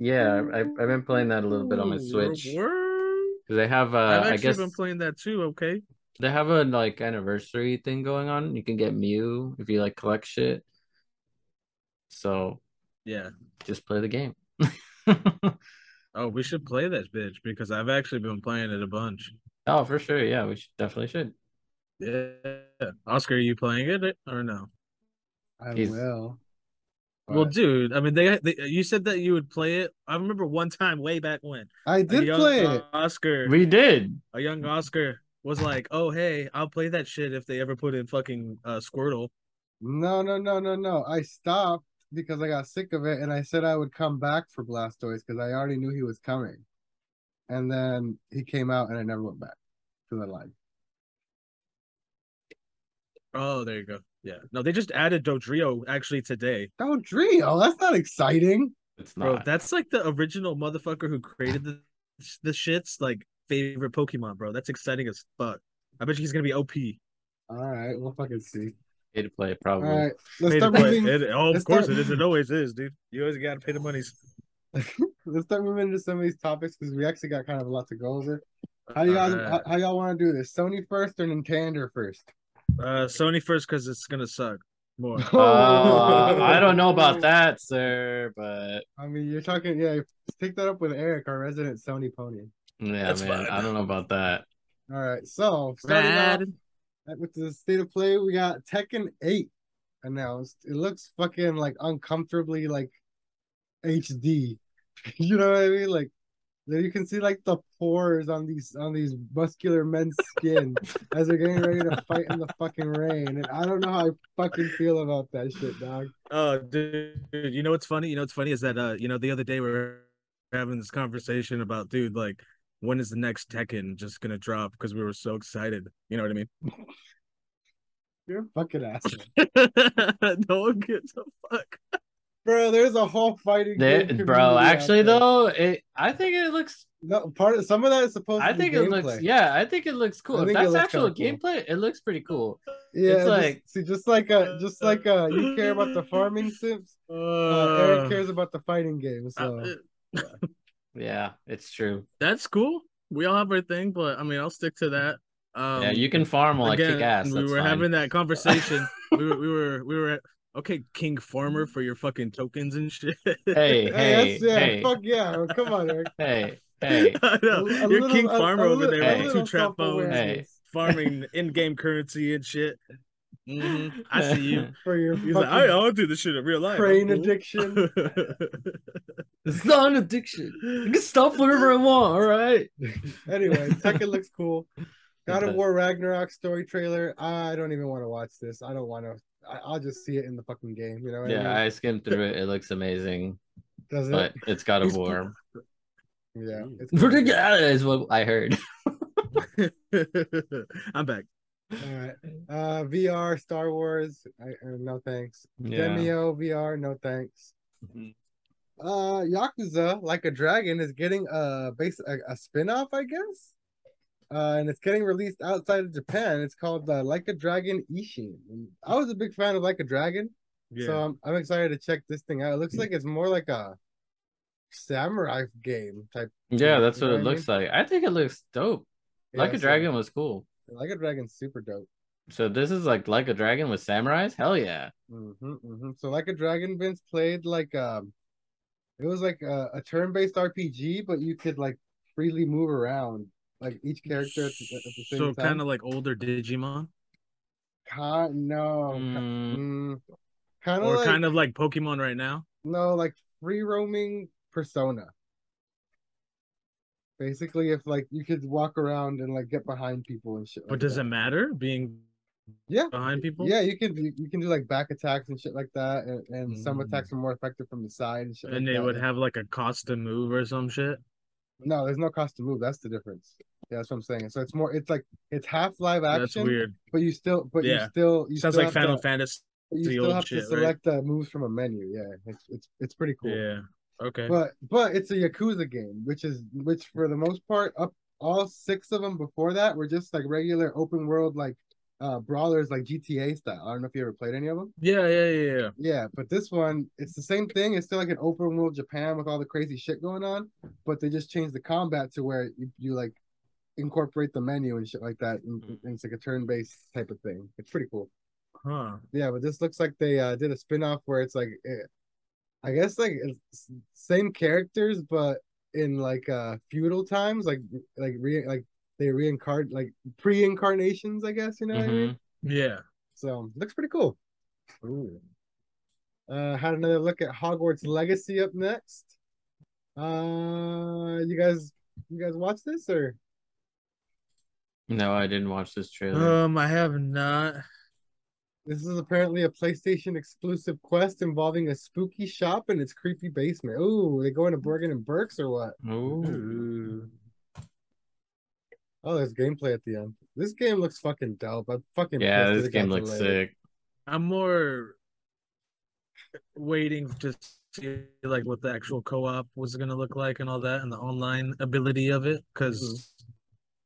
Speaker 2: Yeah, I- I've been playing that a little bit on my Switch.
Speaker 1: Word.
Speaker 2: 'Cause They have uh
Speaker 1: I've
Speaker 2: I
Speaker 1: actually
Speaker 2: guess
Speaker 1: been playing that too. Okay,
Speaker 2: they have a like anniversary thing going on. You can get Mew if you like collect shit. So
Speaker 1: yeah.
Speaker 2: just play the game. *laughs*
Speaker 1: Oh, we should play this bitch because I've actually been playing it a bunch.
Speaker 2: oh, for sure. Yeah, we should, definitely should.
Speaker 1: Yeah. Oscar, are you playing it or no?
Speaker 3: I
Speaker 2: he's-
Speaker 3: will.
Speaker 1: Well,
Speaker 3: But
Speaker 1: dude, I mean, they, they you said that you would play it. I remember one time way back when
Speaker 3: I
Speaker 1: a
Speaker 3: did
Speaker 1: young
Speaker 3: play
Speaker 1: uh,
Speaker 3: it.
Speaker 1: Oscar,
Speaker 2: We did.
Speaker 1: a young Oscar was like, "Oh, hey, I'll play that shit if they ever put in fucking uh, Squirtle."
Speaker 3: No, no, no, no, no. I stopped because I got sick of it, and I said I would come back for Blastoise because I already knew he was coming. And then he came out, and I never went back because I lied.
Speaker 1: Oh, there you go. Yeah, no, they just added Dodrio actually today,
Speaker 3: Oh, Drio, that's not exciting.
Speaker 2: It's
Speaker 1: bro.
Speaker 2: not.
Speaker 1: That's like the original motherfucker who created the the shits like favorite Pokemon, bro. That's exciting as fuck. I bet you he's gonna be OP.
Speaker 3: All right, we'll fucking see.
Speaker 2: Pay to play
Speaker 3: All
Speaker 2: probably.
Speaker 3: right, let's
Speaker 1: Pay to
Speaker 3: start
Speaker 1: play.
Speaker 3: moving.
Speaker 1: It- oh,
Speaker 3: let's
Speaker 1: of course
Speaker 3: start-
Speaker 1: it is. It always is, dude. You always gotta pay the monies.
Speaker 3: let's start moving into some of these topics because we actually got kind of a lot to go over. How y'all
Speaker 1: Alright.
Speaker 3: how, how y'all want to do this? Sony first or Nintendo
Speaker 2: *laughs*
Speaker 3: first?
Speaker 1: Uh, Sony first because it's gonna suck
Speaker 3: *laughs*
Speaker 1: more.
Speaker 2: Oh, I don't know about that, sir, but
Speaker 3: I mean, you're talking. Yeah, take that up with Eric, our resident Sony pony.
Speaker 2: yeah,
Speaker 1: That's
Speaker 2: man,
Speaker 1: fine.
Speaker 2: I don't know about that.
Speaker 3: All right, so starting
Speaker 1: Rad.
Speaker 3: off with the state of play, we got Tekken 8 announced. It looks fucking like uncomfortably like HD. *laughs* you know what I mean? Like you can see like the pores on these on these muscular men's skin as they're getting ready to fight in the fucking rain. And I don't know how I fucking feel about that shit, dog.
Speaker 1: Oh, dude, dude, you know what's funny? You know what's funny is that uh, you know, the other day we were having this conversation about, dude, like, when is the next Tekken just gonna drop? Because we were so excited. You know what I
Speaker 3: You're a fucking asshole.
Speaker 1: mean? *laughs* no one gives a fuck.
Speaker 3: Bro, there's a whole fighting
Speaker 2: They-
Speaker 3: game
Speaker 2: bro,
Speaker 3: community out
Speaker 2: actually
Speaker 3: there.
Speaker 2: though, it I think it looks
Speaker 3: No, part of some of that is supposed.
Speaker 2: I
Speaker 3: to be
Speaker 2: think it looks.
Speaker 3: gameplay.
Speaker 2: Yeah, I think it looks cool. If
Speaker 3: think it
Speaker 2: that's
Speaker 3: looks
Speaker 2: actual
Speaker 3: kinda
Speaker 2: gameplay, it looks pretty cool.
Speaker 3: yeah. just-
Speaker 2: like-
Speaker 3: see, just like uh, just like uh, you care about the
Speaker 1: *laughs*
Speaker 3: farming sims. Uh, Eric cares about the fighting game.
Speaker 1: Uh,
Speaker 3: So
Speaker 1: uh,
Speaker 2: Yeah, it's true.
Speaker 1: that's cool. We all have our thing, but I mean, I'll stick to that. Um,
Speaker 2: yeah, you can farm while I
Speaker 1: again,
Speaker 2: kick ass.
Speaker 1: We
Speaker 2: that's
Speaker 1: were
Speaker 2: fine.
Speaker 1: having that conversation. we were, we were, we were. Okay, King Farmer for your fucking tokens and shit. *laughs*
Speaker 2: *laughs*
Speaker 3: *laughs*
Speaker 2: Hey, hey,
Speaker 3: that's- yeah,
Speaker 2: hey,
Speaker 3: fuck yeah! Come on, Eric.
Speaker 2: hey, hey.
Speaker 1: *laughs* I know.
Speaker 3: A- a
Speaker 1: You're
Speaker 3: little-
Speaker 1: King
Speaker 3: a- a
Speaker 1: Farmer over
Speaker 3: little-
Speaker 1: there
Speaker 3: a
Speaker 2: Hey.
Speaker 1: with the
Speaker 3: little
Speaker 1: two trap bones,
Speaker 2: Hey.
Speaker 3: self-awareness *laughs*
Speaker 1: farming in-game currency and shit. hmm
Speaker 3: Mm-hmm.
Speaker 1: I see
Speaker 3: *laughs*
Speaker 1: you.
Speaker 2: *laughs*
Speaker 3: for your
Speaker 1: He's like, I
Speaker 3: fucking
Speaker 1: don't do this shit in real life. I'm
Speaker 3: crane
Speaker 1: cool."
Speaker 3: addiction.
Speaker 2: It's not an addiction. I can stop whenever I want. All right.
Speaker 1: *laughs*
Speaker 3: anyway, Tekken looks cool. God of
Speaker 2: does.
Speaker 3: War Ragnarok story trailer. I don't even want to watch this. I don't want to. I, I'll just see it in the fucking game. You know? what I mean?
Speaker 2: Yeah, I skimmed through it. It looks amazing,
Speaker 3: does it?
Speaker 2: but it's got a
Speaker 1: He's-
Speaker 2: war.
Speaker 3: Yeah,
Speaker 1: *laughs*
Speaker 3: it's
Speaker 2: Pretty is what I heard.
Speaker 3: *laughs*
Speaker 1: I'm back.
Speaker 3: All right. Uh, VR Star Wars. I, uh, no thanks. Demio VR. No thanks.
Speaker 2: Mhm.
Speaker 3: Uh, Yakuza Like a Dragon is getting a base a, a spin-off, I guess. Uh, and it's getting released outside of Japan. It's called uh, Like a Dragon Ishin. And I was a big fan of Like a Dragon,
Speaker 1: Yeah.
Speaker 3: so I'm, I'm excited to check this thing out. It looks like it's more like a samurai game type.
Speaker 2: Yeah, that's
Speaker 3: You
Speaker 2: what
Speaker 3: know
Speaker 2: it
Speaker 3: what I
Speaker 2: looks like. I think it looks dope. like
Speaker 3: Yeah,
Speaker 2: a
Speaker 3: so-
Speaker 2: Dragon was cool.
Speaker 3: Like a Dragon's super dope.
Speaker 2: So this is like like a Dragon with samurais. Hell yeah.
Speaker 3: Mm-hmm, mm-hmm. So like a Dragon Vince played like um it was like a, a turn-based RPG, but you could like freely move around like each character at the, at the same
Speaker 1: so
Speaker 3: time.
Speaker 1: kind of like older Digimon,
Speaker 3: Ki- no,
Speaker 2: Mm,
Speaker 3: kind of
Speaker 1: or
Speaker 3: like
Speaker 1: kind of like Pokemon right now.
Speaker 3: no, like free roaming persona. Basically, if like you could walk around and like get behind people and shit.
Speaker 1: But
Speaker 3: like
Speaker 1: does
Speaker 3: that.
Speaker 1: it matter being
Speaker 3: Yeah.
Speaker 1: behind people?
Speaker 3: Yeah, you can you, you can do like back attacks and shit like that, and, and some attacks are more effective from the side and shit.
Speaker 1: And Mm.
Speaker 3: like
Speaker 1: they
Speaker 3: that.
Speaker 1: would
Speaker 3: yeah.
Speaker 1: have like a cost to move or some shit.
Speaker 3: No, there's no cost to move. That's the difference. Yeah, that's what I'm saying. So it's more. It's like it's half live action,
Speaker 1: That's weird.
Speaker 3: but you still, but
Speaker 1: Yeah.
Speaker 3: you still, you
Speaker 1: Sounds
Speaker 3: still
Speaker 1: like
Speaker 3: have
Speaker 1: Final
Speaker 3: to,
Speaker 1: Fantasy.
Speaker 3: but you still
Speaker 1: old
Speaker 3: have
Speaker 1: shit,
Speaker 3: to
Speaker 1: right?
Speaker 3: select uh, moves from a menu. Yeah, it's it's it's pretty cool.
Speaker 1: Yeah. Okay.
Speaker 3: But but it's a Yakuza game, which is which for the most part, up all six of them before that were just like regular open world like uh brawlers like GTA style. I don't know if you ever played any of them.
Speaker 1: yeah, yeah, yeah, yeah.
Speaker 3: Yeah, but this one, it's the same thing. It's still like an open world Japan with all the crazy shit going on, but they just changed the combat to where you, you like incorporate the menu and shit like that. And,
Speaker 2: Mm.
Speaker 3: and it's like a turn based type of thing. It's pretty cool.
Speaker 1: Huh.
Speaker 3: Yeah, but this looks like they uh, did a spin off where it's like, eh, I guess like it's same characters, but in like uh feudal times, like like re like they reincarnate like pre incarnations, I guess. You know what I mean?
Speaker 2: mhm.
Speaker 1: Yeah.
Speaker 3: So looks pretty cool. Uh, had another look at Hogwarts Legacy up next. Uh, you guys, you guys watch this or
Speaker 2: No, I didn't watch this
Speaker 3: Uh,
Speaker 2: trailer.
Speaker 1: Um, I have not.
Speaker 3: this is apparently a PlayStation exclusive quest involving a spooky shop and its creepy basement. Ooh, they going to Bergen and Burks or what?
Speaker 2: Ooh.
Speaker 1: Ooh.
Speaker 3: Oh, there's gameplay at the end. This game looks fucking dope. I'm fucking
Speaker 2: Yeah,
Speaker 3: pissed that
Speaker 2: this
Speaker 3: it got
Speaker 2: game looks
Speaker 3: delayed.
Speaker 2: sick.
Speaker 1: I'm more waiting to see like what the actual co-op was going to look like and all that and the online ability of it because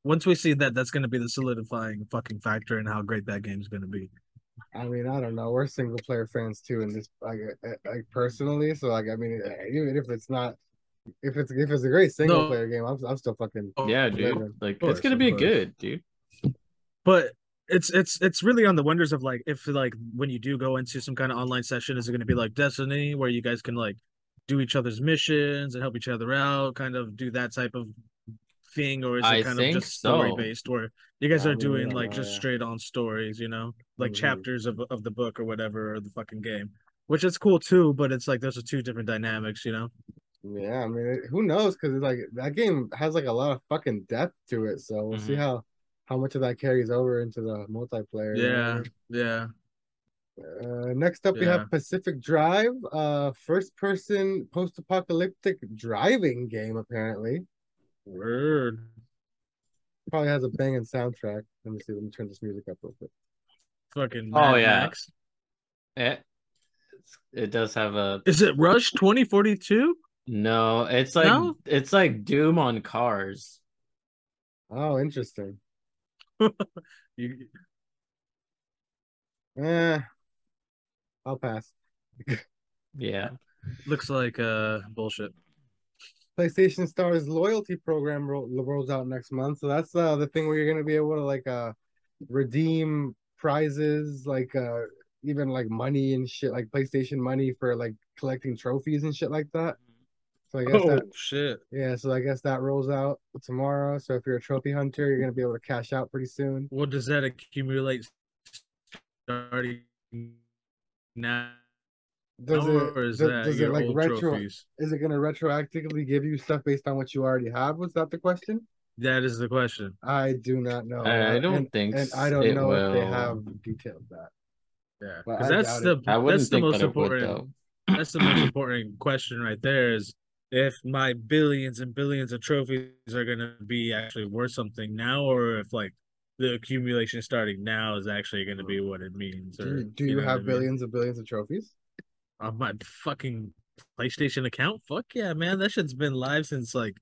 Speaker 1: once we see that that's going to be the solidifying fucking factor in how great that game's going to be
Speaker 3: I mean, I don't know. We're single player fans too, and this like, uh, like personally. So like, I mean, even if it's not, if it's if it's a great single player game, I'm I'm still fucking
Speaker 1: Oh,
Speaker 2: Yeah,
Speaker 3: yeah.
Speaker 2: dude. Like
Speaker 1: course,
Speaker 2: it's gonna
Speaker 1: of
Speaker 2: be
Speaker 1: course.
Speaker 2: good, dude.
Speaker 1: but it's it's it's really on the wonders of like if like when you do go into some kind of online session is it going to be like destiny where you guys can like do each other's missions and help each other out kind of do that type of thing or is it
Speaker 2: I
Speaker 1: kind of
Speaker 2: think
Speaker 1: just story
Speaker 2: so.
Speaker 1: based where you guys
Speaker 3: I
Speaker 1: are
Speaker 3: really
Speaker 1: doing
Speaker 3: don't
Speaker 1: like
Speaker 3: know,
Speaker 1: just
Speaker 3: yeah.
Speaker 1: straight on stories you know like
Speaker 3: Mhm.
Speaker 1: chapters of of the book or whatever or the fucking game which is cool too but it's like those are two different dynamics you know
Speaker 3: Yeah, I mean, it- who knows? Because it's like that game has like a lot of fucking depth to it, so we'll see
Speaker 1: Mm-hmm.
Speaker 2: Mhm.
Speaker 3: how how much of that carries over into the multiplayer. you know
Speaker 1: yeah
Speaker 3: what
Speaker 1: yeah
Speaker 3: I mean? Uh, next up, we
Speaker 1: Yeah.
Speaker 3: have Pacific Drive, uh, first-person post-apocalyptic driving game. Apparently,
Speaker 1: word
Speaker 3: probably has a banging soundtrack. Let me see. Let me turn this music up real quick.
Speaker 1: fucking
Speaker 2: Oh,
Speaker 1: Mad
Speaker 2: yeah.
Speaker 1: Max.
Speaker 2: Eh, It, it does have a
Speaker 1: is it rush 2042
Speaker 2: No, it's like
Speaker 1: No?
Speaker 2: it's like Doom on cars.
Speaker 3: Oh, interesting.
Speaker 1: *laughs* You,
Speaker 3: Eh, I'll pass.
Speaker 2: Yeah.
Speaker 1: looks like uh bullshit.
Speaker 3: PlayStation Stars loyalty program ro- rolls out next month, so that's uh, the thing where you're gonna be able to like uh redeem prizes, like uh even like money and shit, like PlayStation money for like collecting trophies and shit like that. So I guess
Speaker 1: Oh
Speaker 3: that
Speaker 1: shit!
Speaker 3: yeah, so I guess that rolls out tomorrow. So if you're a trophy hunter, you're gonna be able to cash out pretty soon.
Speaker 1: What does that accumulate starting now,
Speaker 3: Does it
Speaker 1: or is
Speaker 3: does,
Speaker 1: that
Speaker 3: does
Speaker 1: your
Speaker 3: it like
Speaker 1: old
Speaker 3: retro
Speaker 1: trophies?
Speaker 3: is it gonna retroactively give you stuff based on what you already have? Was that the question?
Speaker 1: That is the question.
Speaker 3: I do not know.
Speaker 2: I, I don't
Speaker 3: Oh, and,
Speaker 2: think
Speaker 3: and I
Speaker 2: it
Speaker 3: don't know if they
Speaker 2: will.
Speaker 3: have detailed that.
Speaker 1: Yeah,
Speaker 3: Well,
Speaker 1: 'Cause
Speaker 3: I
Speaker 1: that's
Speaker 3: doubt
Speaker 1: the
Speaker 2: I wouldn't
Speaker 1: that's the
Speaker 2: think
Speaker 1: most
Speaker 2: that it would
Speaker 1: important.
Speaker 2: though.
Speaker 1: That's the most important question right there is if my billions and billions of trophies are going to be actually worth something now, or if like the accumulation starting now is actually going to be what it means.
Speaker 3: Do
Speaker 1: Or,
Speaker 3: you, do
Speaker 1: you
Speaker 3: you
Speaker 1: know what I
Speaker 3: have
Speaker 1: mean?
Speaker 3: billions and billions of trophies?
Speaker 1: on my fucking PlayStation account? Fuck yeah, man. That shit's been live since like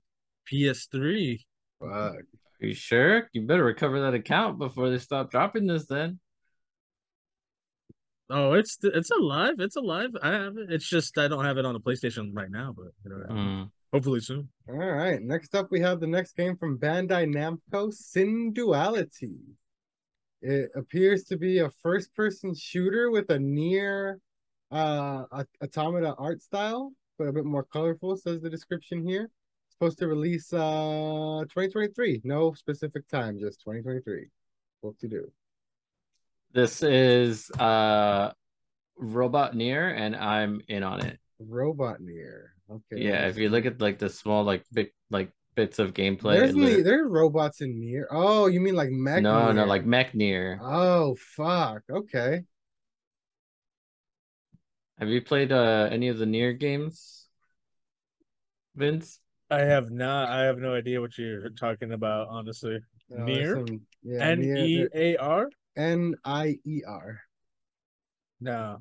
Speaker 1: PS3.
Speaker 2: Mm-hmm.
Speaker 3: Fuck.
Speaker 2: Are you sure? You better recover that account before they stop dropping this then.
Speaker 1: Oh, it's it's alive. It's alive. I have it. It's just I don't have it on the PlayStation right now, but you know,
Speaker 3: Hmm.
Speaker 2: Mm.
Speaker 1: hopefully soon.
Speaker 3: All right. Next up, we have the next game from Bandai Namco, Sin Duality. It appears to be a first-person shooter with a near uh, a- automata art style, but a bit more colorful. Says the description here. supposed to release uh 2023. No specific time, just 2023. What to do?
Speaker 2: This is uh Robot Near and I'm in on it.
Speaker 3: Robot near. Okay.
Speaker 2: Yeah, if you look at like the small like big like bits of gameplay.
Speaker 3: There's
Speaker 2: it
Speaker 3: ne-
Speaker 2: literally-
Speaker 3: there are robots in near. Oh, you mean like mech?
Speaker 2: no, no,
Speaker 3: Nier.
Speaker 2: like Mech Near.
Speaker 3: Oh fuck. Okay.
Speaker 2: Have you played uh any of the Near games? Vince?
Speaker 1: I have not. I have no idea what you're talking about, honestly.
Speaker 3: Oh, there's
Speaker 1: Nier?
Speaker 3: some- yeah,
Speaker 1: N E
Speaker 3: Nier,
Speaker 1: A R?
Speaker 3: N I E R.
Speaker 1: No.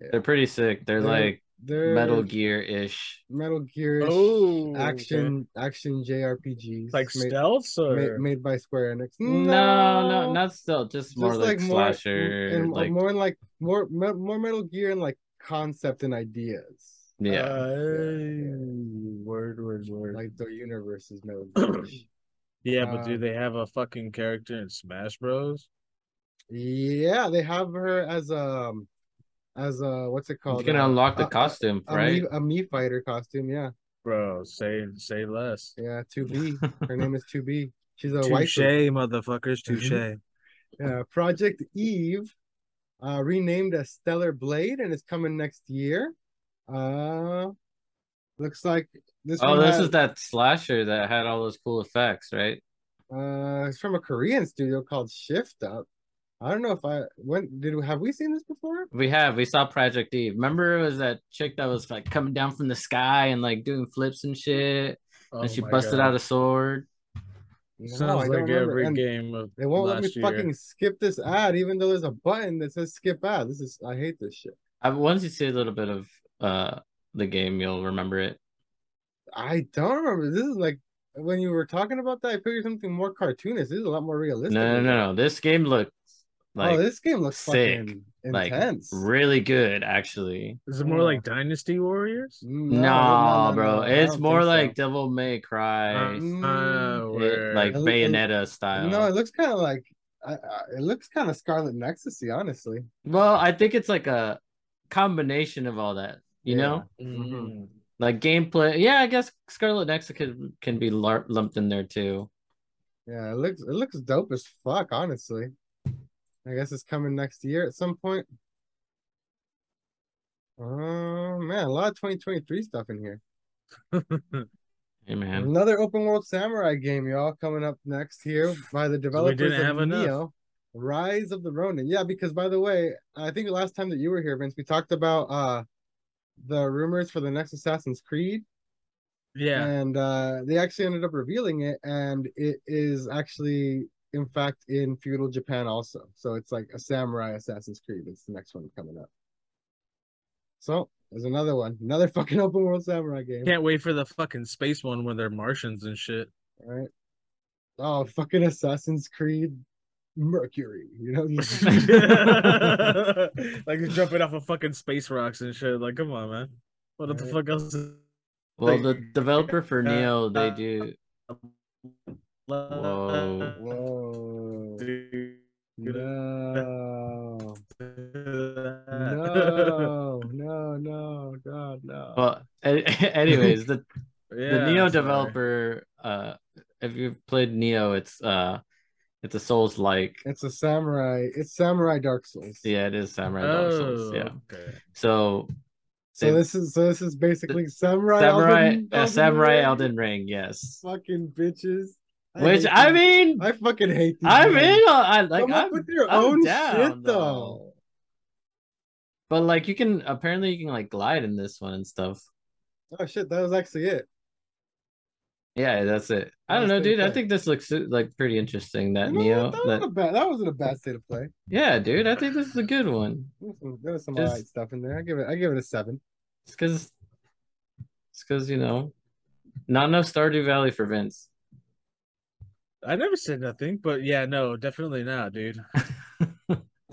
Speaker 2: They're pretty sick. They're
Speaker 3: They're-
Speaker 2: like
Speaker 3: They're
Speaker 2: Metal Gear ish.
Speaker 3: Metal Gear
Speaker 1: Oh, okay.
Speaker 3: action action JRPGs.
Speaker 1: It's like
Speaker 3: made,
Speaker 1: stealth
Speaker 3: ma-
Speaker 1: or
Speaker 3: made by Square Enix.
Speaker 2: No, no, not still, just
Speaker 3: Just
Speaker 2: more like, slasher.
Speaker 3: and
Speaker 2: like
Speaker 3: more like more me- more Metal Gear and like concept and ideas.
Speaker 2: yeah.
Speaker 1: Uh,
Speaker 3: yeah.
Speaker 1: Word, word, word.
Speaker 3: Like their universe is Metal Gear.
Speaker 1: yeah, but do
Speaker 3: uh,
Speaker 1: they have a fucking character in Smash Bros?
Speaker 3: Yeah, they have her as a as a what's it called?
Speaker 2: you can
Speaker 3: Uh,
Speaker 2: unlock the
Speaker 3: a- a-
Speaker 2: costume,
Speaker 3: a,
Speaker 2: right?
Speaker 3: me, a me fighter costume. Yeah,
Speaker 1: Bro, say say less.
Speaker 3: yeah. Two B.
Speaker 2: *laughs*
Speaker 3: Her name is Two B. She's a white.
Speaker 1: Touche, motherfuckers,
Speaker 3: Mhm.
Speaker 1: touche.
Speaker 3: Uh, Project Eve, uh, renamed as Stellar Blade, and it's coming next year. Uh, looks like this.
Speaker 2: oh,
Speaker 3: one
Speaker 2: this
Speaker 3: had-
Speaker 2: is that slasher that had all those cool effects, right?
Speaker 3: Uh, it's from a Korean studio called Shift Up. I don't know if I when did have we seen this before?
Speaker 2: We have we saw Project Eve. Remember, it was that chick that was like coming down from the sky and like doing flips and shit,
Speaker 3: Oh
Speaker 2: and she busted out a sword.
Speaker 3: No, I
Speaker 1: Sounds
Speaker 3: don't
Speaker 1: like
Speaker 3: remember.
Speaker 1: every
Speaker 3: And-
Speaker 1: game of
Speaker 3: They won't let me
Speaker 1: last year.
Speaker 3: fucking skip this ad, even though there's a button that says skip ad. This is I hate this shit.
Speaker 2: I, once you see a little bit of uh the game, you'll remember it.
Speaker 3: I don't remember. This is like when you were talking about that, I figured something more cartoonish. This is a lot more realistic.
Speaker 2: No, no, no, no. This game looks like
Speaker 3: oh, this game looks
Speaker 2: sick.
Speaker 3: fucking
Speaker 2: Like,
Speaker 3: intense.
Speaker 2: really good, actually.
Speaker 1: Is it more like Dynasty Warriors?
Speaker 3: no,
Speaker 2: No, bro,
Speaker 3: no, I
Speaker 2: it's
Speaker 3: don't
Speaker 2: more
Speaker 3: think so.
Speaker 2: like Devil May Cry,
Speaker 3: Mm.
Speaker 1: Uh,
Speaker 2: it-
Speaker 1: word.
Speaker 2: like
Speaker 3: It- it-
Speaker 2: Bayonetta style.
Speaker 3: No, it looks kind of like I, I, it looks kind of Scarlet Nexusy, honestly.
Speaker 2: Well, I think it's like a combination of all that, you
Speaker 3: *laughs* Yeah.
Speaker 2: know,
Speaker 1: Mm.
Speaker 2: like gameplay. Yeah, I guess Scarlet Nexus can, can be lar- lumped in there too.
Speaker 3: Yeah, it looks it looks dope as fuck, honestly. I guess it's coming next year at some point. Oh man, a lot of 2023 stuff in here.
Speaker 1: Mm.
Speaker 2: Hey, man.
Speaker 3: Another open world samurai game, y'all, coming up next here by the developers
Speaker 1: didn't
Speaker 3: of
Speaker 1: have enough.
Speaker 3: Neo, Rise of the Ronin. Yeah, because by the way, I think the last time that you were here, Vince, we talked about uh the rumors for the next Assassin's Creed.
Speaker 1: yeah.
Speaker 3: And uh, they actually ended up revealing it, and it is actually, in fact, in feudal Japan also. So it's like a samurai Assassin's Creed. It's the next one coming up. So There's another one. Another *laughs* fucking open world samurai game.
Speaker 1: Can't wait for the fucking space one where they're Martians and
Speaker 3: *laughs*
Speaker 1: shit. *laughs*
Speaker 3: Right. Oh, fucking Assassin's Creed Mercury. You know, just-
Speaker 1: *laughs* like they're jumping off of fucking space rocks and shit. Like, come on, man. What the
Speaker 3: Right.
Speaker 1: fuck else? Is...
Speaker 2: Well, the developer for
Speaker 1: Yeah.
Speaker 2: Neo,
Speaker 3: Uh,
Speaker 2: they do.
Speaker 1: Whoa. *laughs*
Speaker 3: whoa. No.
Speaker 1: No. *laughs*
Speaker 3: No, no, no, God, no.
Speaker 2: Well, *laughs* a- anyways, the
Speaker 3: *laughs*
Speaker 2: the Neo
Speaker 1: sorry.
Speaker 2: developer. Uh, if you've played Neo, it's uh, it's a Souls like.
Speaker 3: it's a samurai. It's samurai Dark Souls.
Speaker 2: Yeah, it is Samurai Dark
Speaker 1: Oh,
Speaker 2: Souls. Yeah.
Speaker 1: okay.
Speaker 2: So
Speaker 3: So
Speaker 2: They-
Speaker 3: this is so this is basically samurai.
Speaker 2: Samurai,
Speaker 3: Elden-
Speaker 2: uh, Samurai
Speaker 3: Ring.
Speaker 2: Elden Ring. Yes.
Speaker 3: Fucking bitches.
Speaker 2: Which
Speaker 3: hate
Speaker 2: I
Speaker 3: these-
Speaker 2: mean,
Speaker 3: I fucking hate these. *laughs*
Speaker 2: I mean,
Speaker 3: games.
Speaker 2: I like.
Speaker 3: Come up
Speaker 2: I'm-
Speaker 3: with your
Speaker 2: I'm
Speaker 3: own
Speaker 2: down,
Speaker 3: shit
Speaker 2: though.
Speaker 3: though.
Speaker 2: But like you can apparently you can like glide in this one and stuff.
Speaker 3: Oh shit, that was actually it.
Speaker 2: Yeah, that's it. I
Speaker 3: Yeah,
Speaker 2: don't know,
Speaker 3: state of
Speaker 2: dude. I
Speaker 3: play.
Speaker 2: think this looks like pretty interesting. That
Speaker 3: You know
Speaker 2: Neo.
Speaker 3: what?
Speaker 2: That,
Speaker 3: that, wasn't a bad, that wasn't a bad state of play.
Speaker 2: yeah, dude. I think this is a good one.
Speaker 3: There was some, there was some
Speaker 2: Just-
Speaker 3: alright stuff in there. I give it. I give it a seven.
Speaker 2: It's because, it's because you know, not enough Stardew Valley for Vince.
Speaker 1: I never said nothing, but yeah, no, definitely not, dude.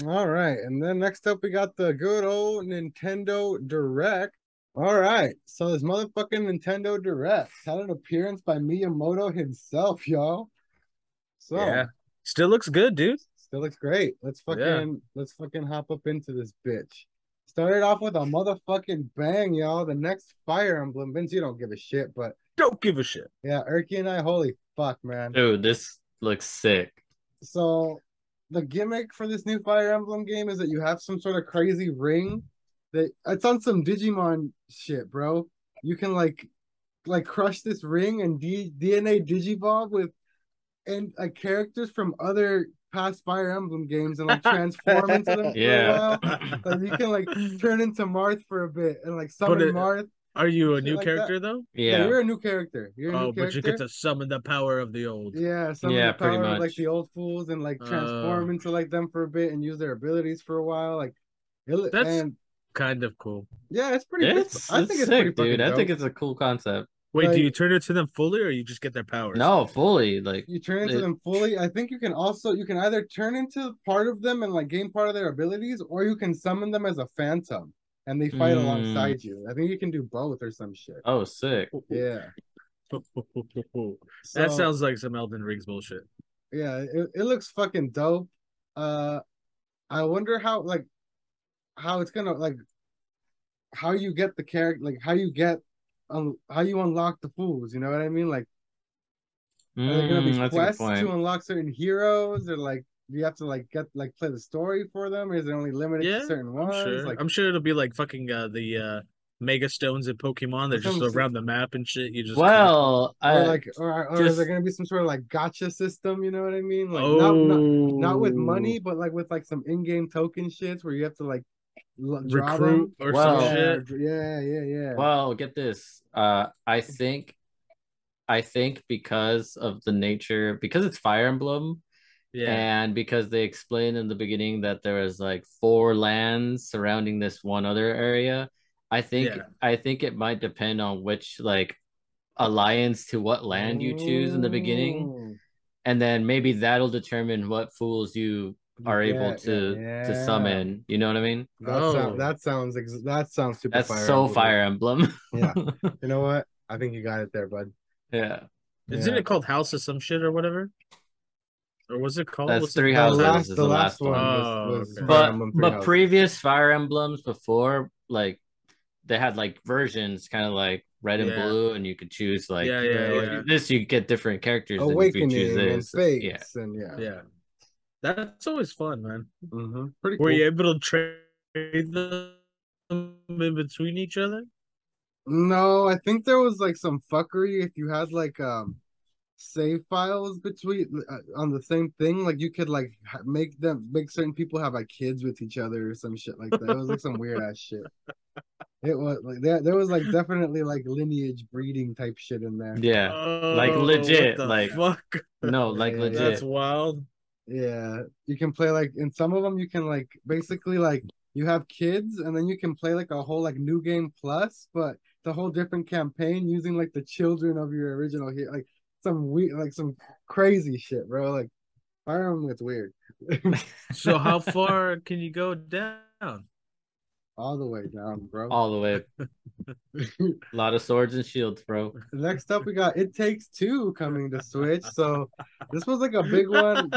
Speaker 3: All right, and then next up we got the good old Nintendo Direct. All right, so this motherfucking Nintendo Direct had an appearance by Miyamoto himself, y'all. So
Speaker 1: Yeah. Still looks good, dude.
Speaker 3: still looks great. Let's
Speaker 1: Yeah.
Speaker 3: fucking let's fucking hop up into this bitch. Started off with a motherfucking bang, y'all. The next Fire Emblem, Vince, you don't give a shit, but
Speaker 1: Don't give a shit.
Speaker 3: yeah, Erky and I, holy fuck, man.
Speaker 2: Dude, this looks
Speaker 3: *coughs*
Speaker 2: sick.
Speaker 3: So the gimmick for this new Fire Emblem game is that you have some sort of crazy ring that it's on some Digimon shit, bro. You can like like crush this ring and D- DNA Digivolve with and like characters from other past Fire Emblem games and like transform into them for a
Speaker 2: Yeah.
Speaker 3: while. Like you can like turn into Marth for a bit and like summon
Speaker 1: it-
Speaker 3: Marth.
Speaker 1: Are you a
Speaker 3: Shit
Speaker 1: new
Speaker 3: like that.
Speaker 1: character though?
Speaker 3: Yeah.
Speaker 2: Yeah.
Speaker 3: you're a new character. You're a new
Speaker 1: Oh,
Speaker 3: character.
Speaker 1: but you get to summon the power of the old.
Speaker 3: Yeah, some
Speaker 2: Yeah,
Speaker 3: of the power
Speaker 2: pretty
Speaker 3: of like
Speaker 2: much.
Speaker 3: the old fools and like transform
Speaker 1: Uh.
Speaker 3: into like them for a bit and use their abilities for a while. Like, it, li-
Speaker 1: That's-
Speaker 3: and
Speaker 1: Kind of cool.
Speaker 3: yeah, it's pretty.
Speaker 2: It's,
Speaker 3: I
Speaker 2: it's
Speaker 3: think it's pretty
Speaker 2: sick,
Speaker 3: fucking
Speaker 2: dude. I think
Speaker 3: dope.
Speaker 2: it's a cool concept.
Speaker 1: Wait,
Speaker 3: Like-
Speaker 1: do you turn it to them fully or you just get their powers?
Speaker 2: No, fully. Like,
Speaker 3: you turn into
Speaker 2: it-
Speaker 3: them fully. I think you can also you can either turn into part of them and like gain part of their abilities, or you can summon them as a phantom and they fight
Speaker 2: Mm.
Speaker 3: alongside you. I think you can do both or some shit.
Speaker 2: oh, sick.
Speaker 3: Yeah,
Speaker 1: that
Speaker 3: So-
Speaker 1: sounds like some Elden Rings bullshit.
Speaker 3: Uh, yeah it, it looks fucking dope uh i wonder how like how it's gonna like how you get the character like how you get um how you unlock the fools you know what i mean like are there gonna
Speaker 2: Mm,
Speaker 3: be
Speaker 2: that's a good
Speaker 3: quests
Speaker 2: point.
Speaker 3: to unlock certain heroes or like do you have to like get like play the story for them or is it only limited
Speaker 1: Yeah,
Speaker 3: to certain
Speaker 1: I'm
Speaker 3: ones
Speaker 1: sure.
Speaker 3: like
Speaker 1: I'm sure it'll be like fucking uh, the uh, mega stones in Pokemon. They're
Speaker 3: That's what
Speaker 1: just
Speaker 3: I'm saying.
Speaker 1: around the map and shit. You just
Speaker 2: Well, I,
Speaker 3: or like or, or is there
Speaker 2: Uh, just-
Speaker 3: gonna be some sort of like gotcha system you know what i mean like
Speaker 1: oh,
Speaker 3: not, not not with money
Speaker 2: Oh.
Speaker 3: but like with like some in-game token shits where you have to like l- draw them.
Speaker 1: recruit or
Speaker 2: Well-
Speaker 1: some
Speaker 3: yeah,
Speaker 1: shit.
Speaker 3: dr- yeah, yeah, yeah.
Speaker 2: Well, get this. Uh, I think, I think because of the nature, because it's Fire Emblem,
Speaker 1: Yeah,
Speaker 2: and because they explained in the beginning that there was like four lands surrounding this one other area. I think
Speaker 1: Yeah.
Speaker 2: I think it might depend on which like alliance to what land you choose in the beginning,
Speaker 3: Mm.
Speaker 2: and then maybe that'll determine what fools you are
Speaker 3: Yeah,
Speaker 2: able to
Speaker 3: yeah,
Speaker 2: to
Speaker 3: yeah.
Speaker 2: summon. You know what I mean?
Speaker 3: That, sound,
Speaker 1: Oh.
Speaker 3: that sounds ex- that sounds super.
Speaker 2: That's
Speaker 3: Fire
Speaker 2: so
Speaker 3: Emblem.
Speaker 2: Fire Emblem. *laughs*
Speaker 3: Yeah. You know what? I think you got it there, bud.
Speaker 2: yeah.
Speaker 1: isn't
Speaker 3: Yeah.
Speaker 1: it called House of some shit or whatever? Or was it called?
Speaker 2: That's
Speaker 1: What's it
Speaker 2: three
Speaker 1: called?
Speaker 2: houses.
Speaker 3: the
Speaker 2: Houses
Speaker 3: last,
Speaker 2: is
Speaker 3: the,
Speaker 2: the last
Speaker 3: last one.
Speaker 1: one.
Speaker 3: was, was
Speaker 1: Oh, okay.
Speaker 3: Fire
Speaker 2: but
Speaker 3: Emblem Three
Speaker 2: but
Speaker 3: Houses.
Speaker 2: previous fire emblems before like they had like versions kind of like red and
Speaker 1: Yeah.
Speaker 2: blue and you could choose like
Speaker 1: Yeah,
Speaker 3: yeah,
Speaker 2: you know,
Speaker 1: yeah.
Speaker 2: this you get different characters than if you
Speaker 3: awakening
Speaker 2: choose
Speaker 3: and
Speaker 2: this
Speaker 3: fates,
Speaker 2: yeah
Speaker 3: and yeah,
Speaker 1: Yeah, that's always fun, man.
Speaker 3: hmm pretty cool.
Speaker 1: Were you able to trade them in between each other?
Speaker 3: No, I think there was like some fuckery if you had like um save files between uh, on the same thing, like you could like ha- make them make certain people have like kids with each other or some shit like that. It was like some weird ass shit. It was like there there was like definitely like lineage breeding type shit in there.
Speaker 2: yeah Like,
Speaker 1: Oh, what
Speaker 2: legit,
Speaker 1: the
Speaker 2: like-
Speaker 1: fuck. *laughs*
Speaker 2: no like
Speaker 3: Yeah,
Speaker 2: legit
Speaker 1: That's wild.
Speaker 3: Yeah, you can play like in some of them you can like basically like you have kids and then you can play like a whole like new game plus but the whole different campaign using like the children of your original hero like some weird like some crazy shit bro like fire emblem gets weird
Speaker 1: So
Speaker 3: *laughs*
Speaker 1: how far can you go down?
Speaker 3: all the way down bro
Speaker 2: all the way.
Speaker 1: *laughs*
Speaker 2: A lot of swords and shields, bro.
Speaker 3: next up we got it takes two coming to switch
Speaker 2: *laughs*
Speaker 3: so this was like a big one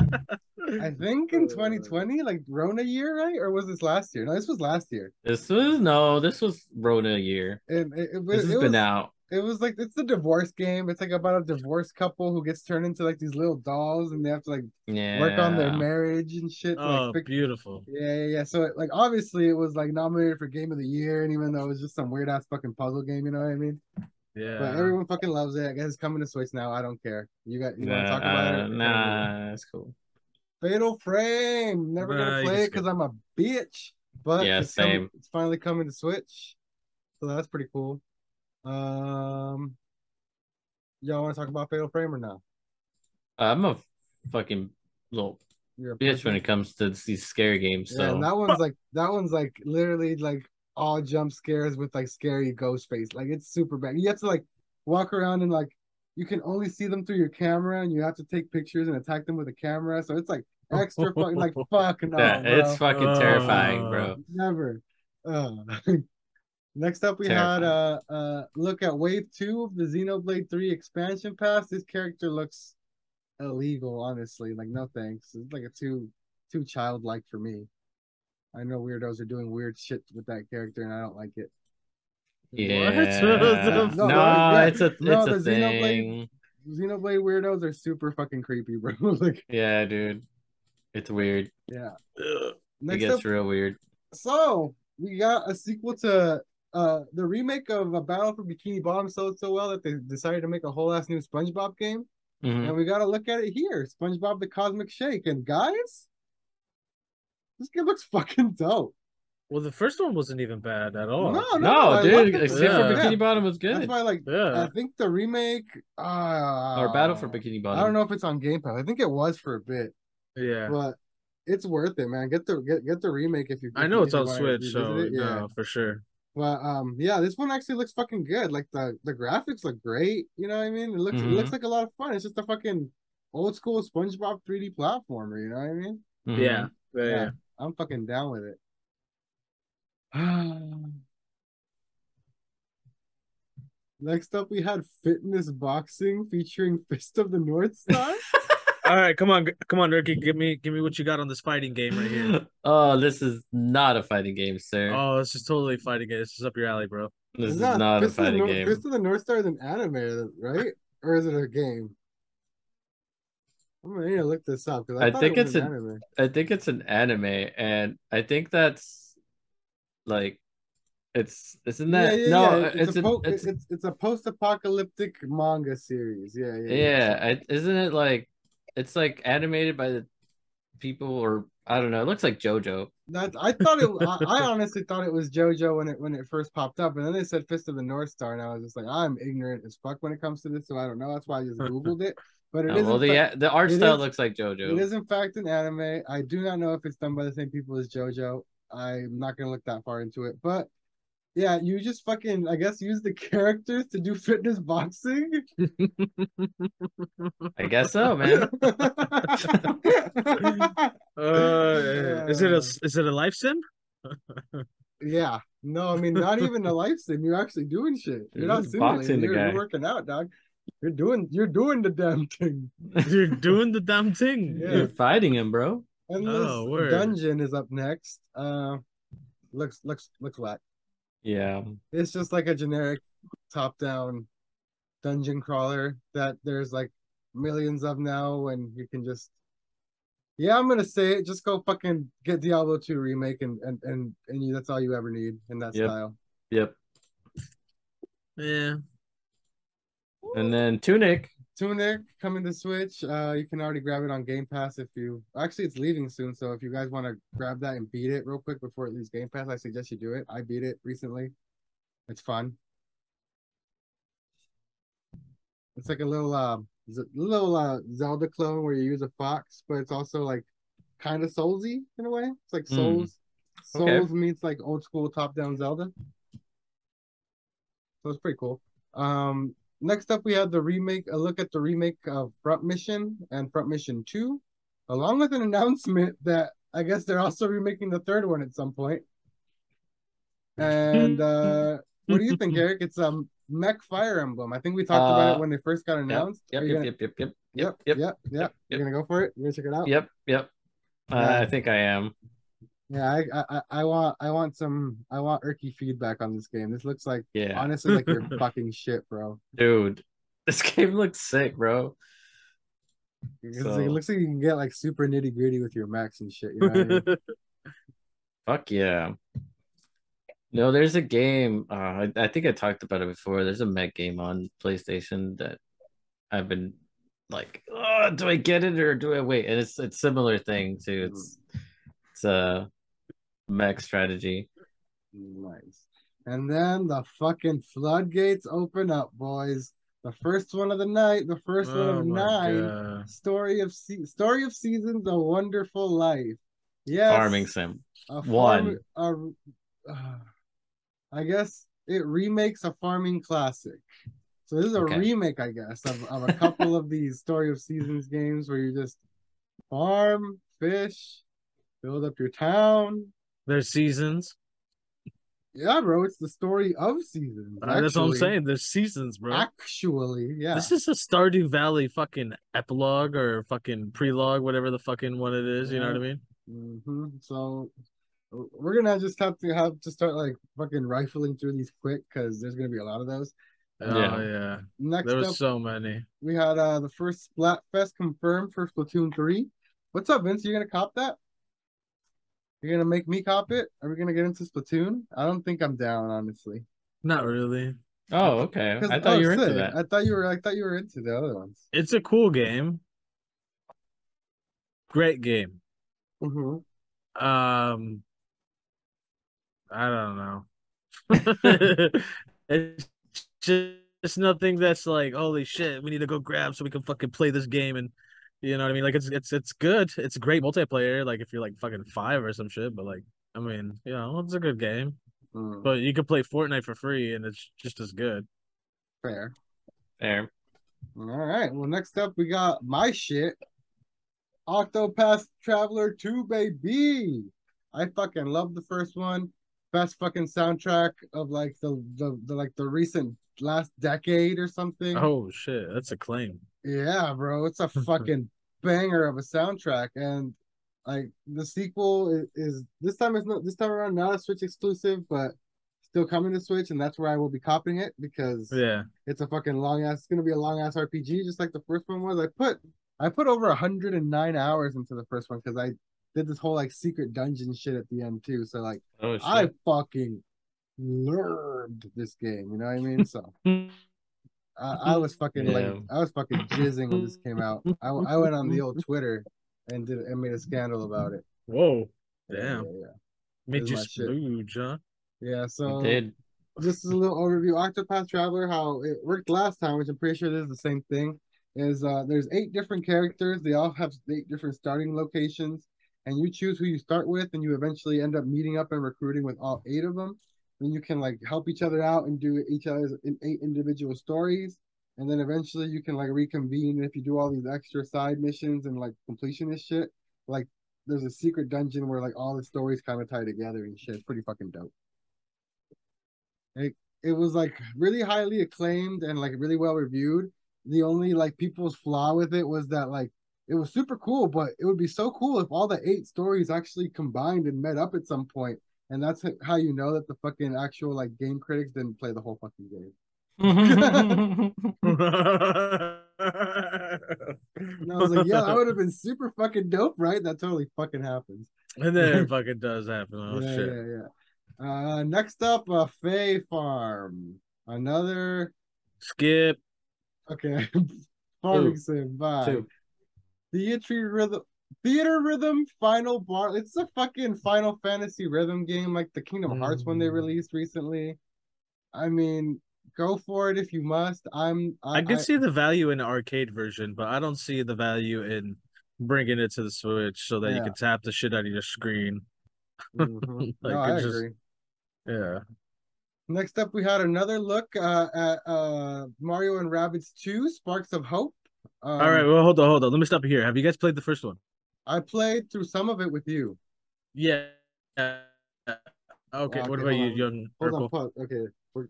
Speaker 3: i
Speaker 2: *laughs*
Speaker 3: think in 2020 like rona year right or was this last year no this was last year
Speaker 2: This was no, this was Rona year.
Speaker 3: and it,
Speaker 2: This
Speaker 3: it, was-
Speaker 2: has
Speaker 3: it
Speaker 2: been
Speaker 3: was
Speaker 2: out.
Speaker 3: it was like it's the divorce game. It's like about a divorced couple who gets turned into like these little dolls, and they have to like
Speaker 2: Yeah.
Speaker 3: work on their marriage and shit. to,
Speaker 1: Oh,
Speaker 3: like, fix-
Speaker 1: beautiful.
Speaker 3: yeah, yeah, yeah. So like obviously it was like nominated for game of the year, and even though it was just some weird ass fucking puzzle game, you know what I mean? But
Speaker 1: Yeah.
Speaker 3: everyone fucking loves it. I guess it's coming to Switch now. I don't care. You got you want
Speaker 2: Nah,
Speaker 3: to talk about it?
Speaker 2: nah, that's cool.
Speaker 3: Fatal Frame. Never
Speaker 1: Nah,
Speaker 3: gonna
Speaker 1: you
Speaker 3: play
Speaker 1: can
Speaker 3: it because I'm a bitch. But
Speaker 2: Yeah,
Speaker 3: it's,
Speaker 2: same.
Speaker 3: coming- it's finally coming to Switch, so that's pretty cool. Um, y'all want to talk about Fatal Frame or not?
Speaker 2: I'm a fucking little
Speaker 3: You're a
Speaker 2: bitch
Speaker 3: pussy.
Speaker 2: when it comes to these scary games.
Speaker 3: Yeah,
Speaker 2: So
Speaker 3: and that one's like that one's like literally like all jump scares with like scary ghost face. Like it's super bad. You have to like walk around and like you can only see them through your camera, and you have to take pictures and attack them with a camera. So it's like extra fucking like fuck no.
Speaker 2: Yeah, it's
Speaker 3: Oh, bro.
Speaker 2: fucking terrifying,
Speaker 3: Oh.
Speaker 2: bro.
Speaker 3: Never. Uh, *laughs* next up, we
Speaker 2: Terrifying.
Speaker 3: had uh, uh, look at Wave Two of the Xenoblade Three expansion pass. This character looks illegal, honestly. Like no thanks. It's like a too too childlike for me. I know weirdos are doing weird shit with that character, and I don't like it. *laughs*
Speaker 2: Yeah.
Speaker 1: the
Speaker 2: No,
Speaker 3: fuck? Yeah.
Speaker 2: it's a it's
Speaker 3: No,
Speaker 2: a
Speaker 3: the Xenoblade-
Speaker 2: thing.
Speaker 3: Xenoblade weirdos are super fucking creepy, *laughs* bro. like
Speaker 2: Yeah, dude. It's weird.
Speaker 3: yeah.
Speaker 1: Ugh.
Speaker 2: It
Speaker 3: Next
Speaker 2: gets
Speaker 3: up,
Speaker 2: real weird.
Speaker 3: so we got a sequel to uh the remake of a battle for bikini bottom sold so well that they decided to make a whole ass new spongebob game
Speaker 2: Mhm.
Speaker 1: Mm-hmm.
Speaker 3: and we got to look at it here spongebob the cosmic shake and guys this game looks *laughs* fucking dope
Speaker 1: Well, the first one wasn't even bad at all.
Speaker 3: no no, Uh,
Speaker 2: No,
Speaker 3: I
Speaker 2: dude,
Speaker 3: love it.
Speaker 2: except for
Speaker 1: Yeah.
Speaker 2: Bikini Bottom was
Speaker 3: that's
Speaker 2: good.
Speaker 3: why like i
Speaker 1: Yeah.
Speaker 3: think the remake uh
Speaker 2: Or Battle for Bikini Bottom.
Speaker 3: i don't know if it's on game pass i think it was for a bit
Speaker 1: Yeah.
Speaker 3: but it's worth it man get the get, get the remake if you
Speaker 1: I
Speaker 3: if
Speaker 1: know
Speaker 3: you
Speaker 1: it's on
Speaker 3: want to
Speaker 1: Switch,
Speaker 3: revisit
Speaker 1: so
Speaker 3: it.
Speaker 1: no, for sure.
Speaker 3: But um, yeah, this one actually looks fucking good. Like the the graphics look great. You know what I mean? It looks it
Speaker 1: Mm-hmm.
Speaker 3: looks like a lot of fun. It's just a fucking old school SpongeBob 3D platformer. You know what I mean?
Speaker 2: Mhm.
Speaker 1: Yeah. Yeah. yeah.
Speaker 3: I'm fucking down with it. *sighs* Next up, we had fitness boxing featuring Fist of the *laughs* North Star.
Speaker 1: All right, come on, g- come on, Ricky, give me, give me what you got on this fighting game right
Speaker 2: *laughs*
Speaker 1: here.
Speaker 2: Oh, this is not a fighting game, sir.
Speaker 1: Oh, this is totally fighting game. This is up your alley, bro.
Speaker 2: this is
Speaker 3: It's not-
Speaker 2: not a
Speaker 3: Fist of the
Speaker 2: fighting
Speaker 3: Nor-
Speaker 2: game.
Speaker 3: Fist of the North Star is an anime, right? Or is it a game? I'm gonna need to look this up because I,
Speaker 2: I
Speaker 3: thought
Speaker 2: think
Speaker 3: it was
Speaker 2: it's
Speaker 3: an
Speaker 2: an-
Speaker 3: anime.
Speaker 2: I think it's an anime, and I think that's like it's isn't that no
Speaker 3: yeah,
Speaker 2: it's,
Speaker 3: a
Speaker 2: a-
Speaker 3: po-
Speaker 2: it's,
Speaker 3: it's, it's a post-apocalyptic manga series. Yeah, yeah,
Speaker 2: yeah it, isn't it like it's like animated by the people or I don't know it looks like JoJo
Speaker 3: That I thought it. I, I honestly thought it was JoJo when it when it first popped up, and then they said Fist of the North Star, and I was just like, I'm ignorant as fuck when it comes to this, so I don't know. That's why I just googled it. But it
Speaker 2: Uh,
Speaker 3: is
Speaker 2: well
Speaker 3: in
Speaker 2: the
Speaker 3: fact-
Speaker 2: the art
Speaker 3: it
Speaker 2: style
Speaker 3: is-
Speaker 2: looks like JoJo
Speaker 3: It is in fact an anime. I do not know if it's done by the same people as JoJo. I'm not gonna look that far into it, but yeah, you just fucking I guess use the *laughs* characters to do fitness boxing. *laughs*
Speaker 2: I guess so man
Speaker 1: Uh, is it a, is it a life sim? *laughs*
Speaker 3: yeah, no, I mean not even a life sim. You're actually doing shit.
Speaker 2: *laughs*
Speaker 3: You're
Speaker 2: You're
Speaker 3: not
Speaker 2: just boxing
Speaker 3: simulating.
Speaker 2: the
Speaker 3: You're, you're
Speaker 2: guy.
Speaker 3: working out, dog. You're doing you're doing the damn thing. *laughs*
Speaker 1: You're doing the damn thing.
Speaker 3: *laughs* Yeah.
Speaker 2: you're fighting him bro
Speaker 3: Endless
Speaker 1: Oh, word.
Speaker 3: Dungeon is up next. Uh, looks looks looks whack.
Speaker 2: yeah
Speaker 3: it's just like a generic top down dungeon crawler that there's like millions of now and you can just yeah i'm gonna say it just go fucking get diablo 2 remake and and and, and you, that's all you ever need in that
Speaker 2: Yep.
Speaker 3: style
Speaker 2: yep
Speaker 1: Yeah.
Speaker 2: and then Tunic
Speaker 3: tunic coming to switch uh you can already grab it on game pass if you actually it's leaving soon so if you guys want to grab that and beat it real quick before it leaves game pass i suggest you do it i beat it recently it's fun it's like a little uh Z- little uh Zelda clone where you use a fox, but it's also like kind of Soulsy in a way. It's like
Speaker 2: Hmm.
Speaker 3: Souls Souls
Speaker 2: Okay.
Speaker 3: meets like old school top down Zelda. So it's pretty cool. Um, next up we have the remake, a look at the remake of Front Mission and Front Mission 2, along with an *laughs* announcement that I guess they're also remaking the third one at some point. And uh what do
Speaker 1: *laughs*
Speaker 2: *laughs*
Speaker 3: you think, Eric? It's um mech fire emblem. I think we talked about
Speaker 2: Uh,
Speaker 3: it when they first got announced.
Speaker 2: Yep,
Speaker 3: Are you
Speaker 2: yep,
Speaker 3: gonna-
Speaker 2: yep, yep, yep,
Speaker 3: Yep,
Speaker 2: yep, yep,
Speaker 3: yep, yep. You're gonna go for it. You're gonna check it out.
Speaker 2: yep, yep. Uh, I think I am.
Speaker 3: Yeah, I, I, I- I want, I want some, I want Erky feedback on this game. This looks like,
Speaker 2: Yeah,
Speaker 3: honestly, like
Speaker 2: *laughs*
Speaker 3: you're fucking shit, bro.
Speaker 2: dude, *laughs* this game looks sick, bro.
Speaker 3: It's like-
Speaker 2: So-
Speaker 3: It looks like you can get like super nitty gritty with your max and shit. You know what
Speaker 1: *laughs*
Speaker 3: I mean?
Speaker 2: Fuck yeah. No, there's a game. Uh, I, I think I talked about it before. There's a mech game on PlayStation that I've been like, oh, do I get it or do I wait? And it's it's similar thing
Speaker 3: Mm-hmm.
Speaker 2: too. It's it's a mech strategy.
Speaker 3: Nice. And then the fucking floodgates open up, boys. The first one of the night, the first one
Speaker 1: Oh
Speaker 3: of
Speaker 1: my
Speaker 3: nine.
Speaker 1: God.
Speaker 3: Story of se- story of seasons, a wonderful life. Yes.
Speaker 2: Farming sim.
Speaker 3: a
Speaker 2: One.
Speaker 3: farm- a- uh, I guess it remakes a farming classic. So this is a
Speaker 2: Okay.
Speaker 3: remake, I guess, of, of a couple
Speaker 2: *laughs*
Speaker 3: of these Story of Seasons games where you just farm, fish, build up your town.
Speaker 1: There's seasons.
Speaker 3: Yeah, bro, it's the story of seasons.
Speaker 1: Uh, that's what I'm
Speaker 3: actually.
Speaker 1: saying. There's seasons, bro.
Speaker 3: Actually, yeah.
Speaker 1: This is a Stardew Valley fucking epilogue or fucking prelogue, whatever the fucking one it is. You know what I mean?
Speaker 3: hmm So we're gonna just have to have to start like fucking rifling through these quick because there's gonna be a lot of those.
Speaker 1: Oh yeah,
Speaker 3: Next
Speaker 1: there
Speaker 3: up,
Speaker 1: was so many.
Speaker 3: we had uh the first Splatfest confirmed for Splatoon 3. What's up, Vince? You're gonna cop that? You're gonna make me cop it? Are we gonna get into Splatoon? I don't think I'm down, honestly.
Speaker 1: Not really.
Speaker 2: Oh, okay.
Speaker 3: 'Cause-
Speaker 2: I thought
Speaker 3: oh,
Speaker 2: you were into
Speaker 3: sick.
Speaker 2: that.
Speaker 3: I thought you were I thought you were into the other ones.
Speaker 1: It's a cool game. Great game.
Speaker 3: Mm-hmm.
Speaker 1: Um, I don't know. *laughs* it's just it's nothing that's like, holy shit, we need to go grab so we can fucking play this game and you know what I mean? Like it's it's it's good. It's great multiplayer, like if you're like fucking five or some shit, but like I mean, you know, it's a good game.
Speaker 3: Mm,
Speaker 1: But you could play Fortnite for free and it's just as good.
Speaker 3: Fair.
Speaker 2: There.
Speaker 3: All right. Well, next up we got my shit. Octopath Traveler 2, baby. I fucking love the first one. Best fucking soundtrack of like the, the, the like the recent last decade or something.
Speaker 1: Oh shit, that's a claim.
Speaker 3: Yeah, bro, it's a fucking banger of a soundtrack, and like the sequel is, is this time it's not this time around not a Switch exclusive, but still coming to Switch, and that's where I will be copying it because
Speaker 1: Yeah.
Speaker 3: it's a fucking long ass. It's gonna be a long ass RPG, just like the first one was. I put I put over hundred and nine hours into the first one because I did this whole like secret dungeon shit at the end too. So like
Speaker 2: Oh shit.
Speaker 3: I fucking learned this game. You know what I mean?
Speaker 2: *laughs*
Speaker 3: So. I, I was fucking like
Speaker 2: Yeah.
Speaker 3: I was fucking jizzing when this came out. I, w- I went on the old Twitter and did and made a scandal about it.
Speaker 1: Whoa.
Speaker 3: Yeah,
Speaker 1: Damn.
Speaker 3: yeah,
Speaker 1: Made
Speaker 3: That's
Speaker 1: you
Speaker 3: my shit.
Speaker 1: splooge, huh?
Speaker 3: yeah. Yeah,
Speaker 2: You
Speaker 3: so
Speaker 2: did.
Speaker 3: just as a little overview, Octopath Traveler, how it worked last time, which I'm pretty sure this is the same thing, is uh there's eight different characters. They all have eight different starting locations, and you choose who you start with, and you eventually end up meeting up and recruiting with all eight of them. Then you can like help each other out and do each other's in eight individual stories. And then eventually you can like reconvene if you do all these extra side missions and like completionist shit. Like there's a secret dungeon where like all the stories kind of tie together and shit. It's pretty fucking dope it was like really highly acclaimed and like really well reviewed. The only like people's flaw with it was that like it was super cool, but it would be so cool if all the eight stories actually combined and met up at some point. And that's h- how you know that the fucking actual like game critics didn't play the whole fucking game. Mm-hmm. And I was like, yeah, that would have been super fucking dope, right? That totally fucking happens.
Speaker 1: And then
Speaker 3: *laughs*
Speaker 1: it fucking does happen. Oh
Speaker 3: yeah,
Speaker 1: shit.
Speaker 3: yeah, yeah. Uh, next up, uh, Fay Farm, another
Speaker 1: Skip.
Speaker 3: okay *laughs* farming
Speaker 2: Two.
Speaker 3: sim. Bye.
Speaker 2: Two.
Speaker 3: theater rhythm theater rhythm final bar it's a fucking final fantasy rhythm game like the kingdom hearts one they
Speaker 1: Mm.
Speaker 3: released recently i mean go for it if you must i'm i,
Speaker 1: I can
Speaker 3: I-
Speaker 1: see the value in the arcade version, but I don't see the value in bringing it to the Switch so that
Speaker 3: Yeah.
Speaker 1: you can tap the shit out of your screen.
Speaker 3: Mhm.
Speaker 1: *laughs* Like,
Speaker 3: no, I
Speaker 1: it's just-
Speaker 3: agree.
Speaker 1: Yeah.
Speaker 3: Next up, we had another look uh, at uh, Mario and Rabbids 2 Sparks of Hope. Um,
Speaker 1: All right. Well, hold on, hold on. Let me stop you here. Have you guys played the first one?
Speaker 3: I played through some of it with you.
Speaker 1: Yeah. Okay.
Speaker 3: okay,
Speaker 1: what about
Speaker 3: hold
Speaker 1: you,
Speaker 3: on.
Speaker 1: young
Speaker 3: Hold on,
Speaker 1: Urkel?
Speaker 3: pause. Okay. We're,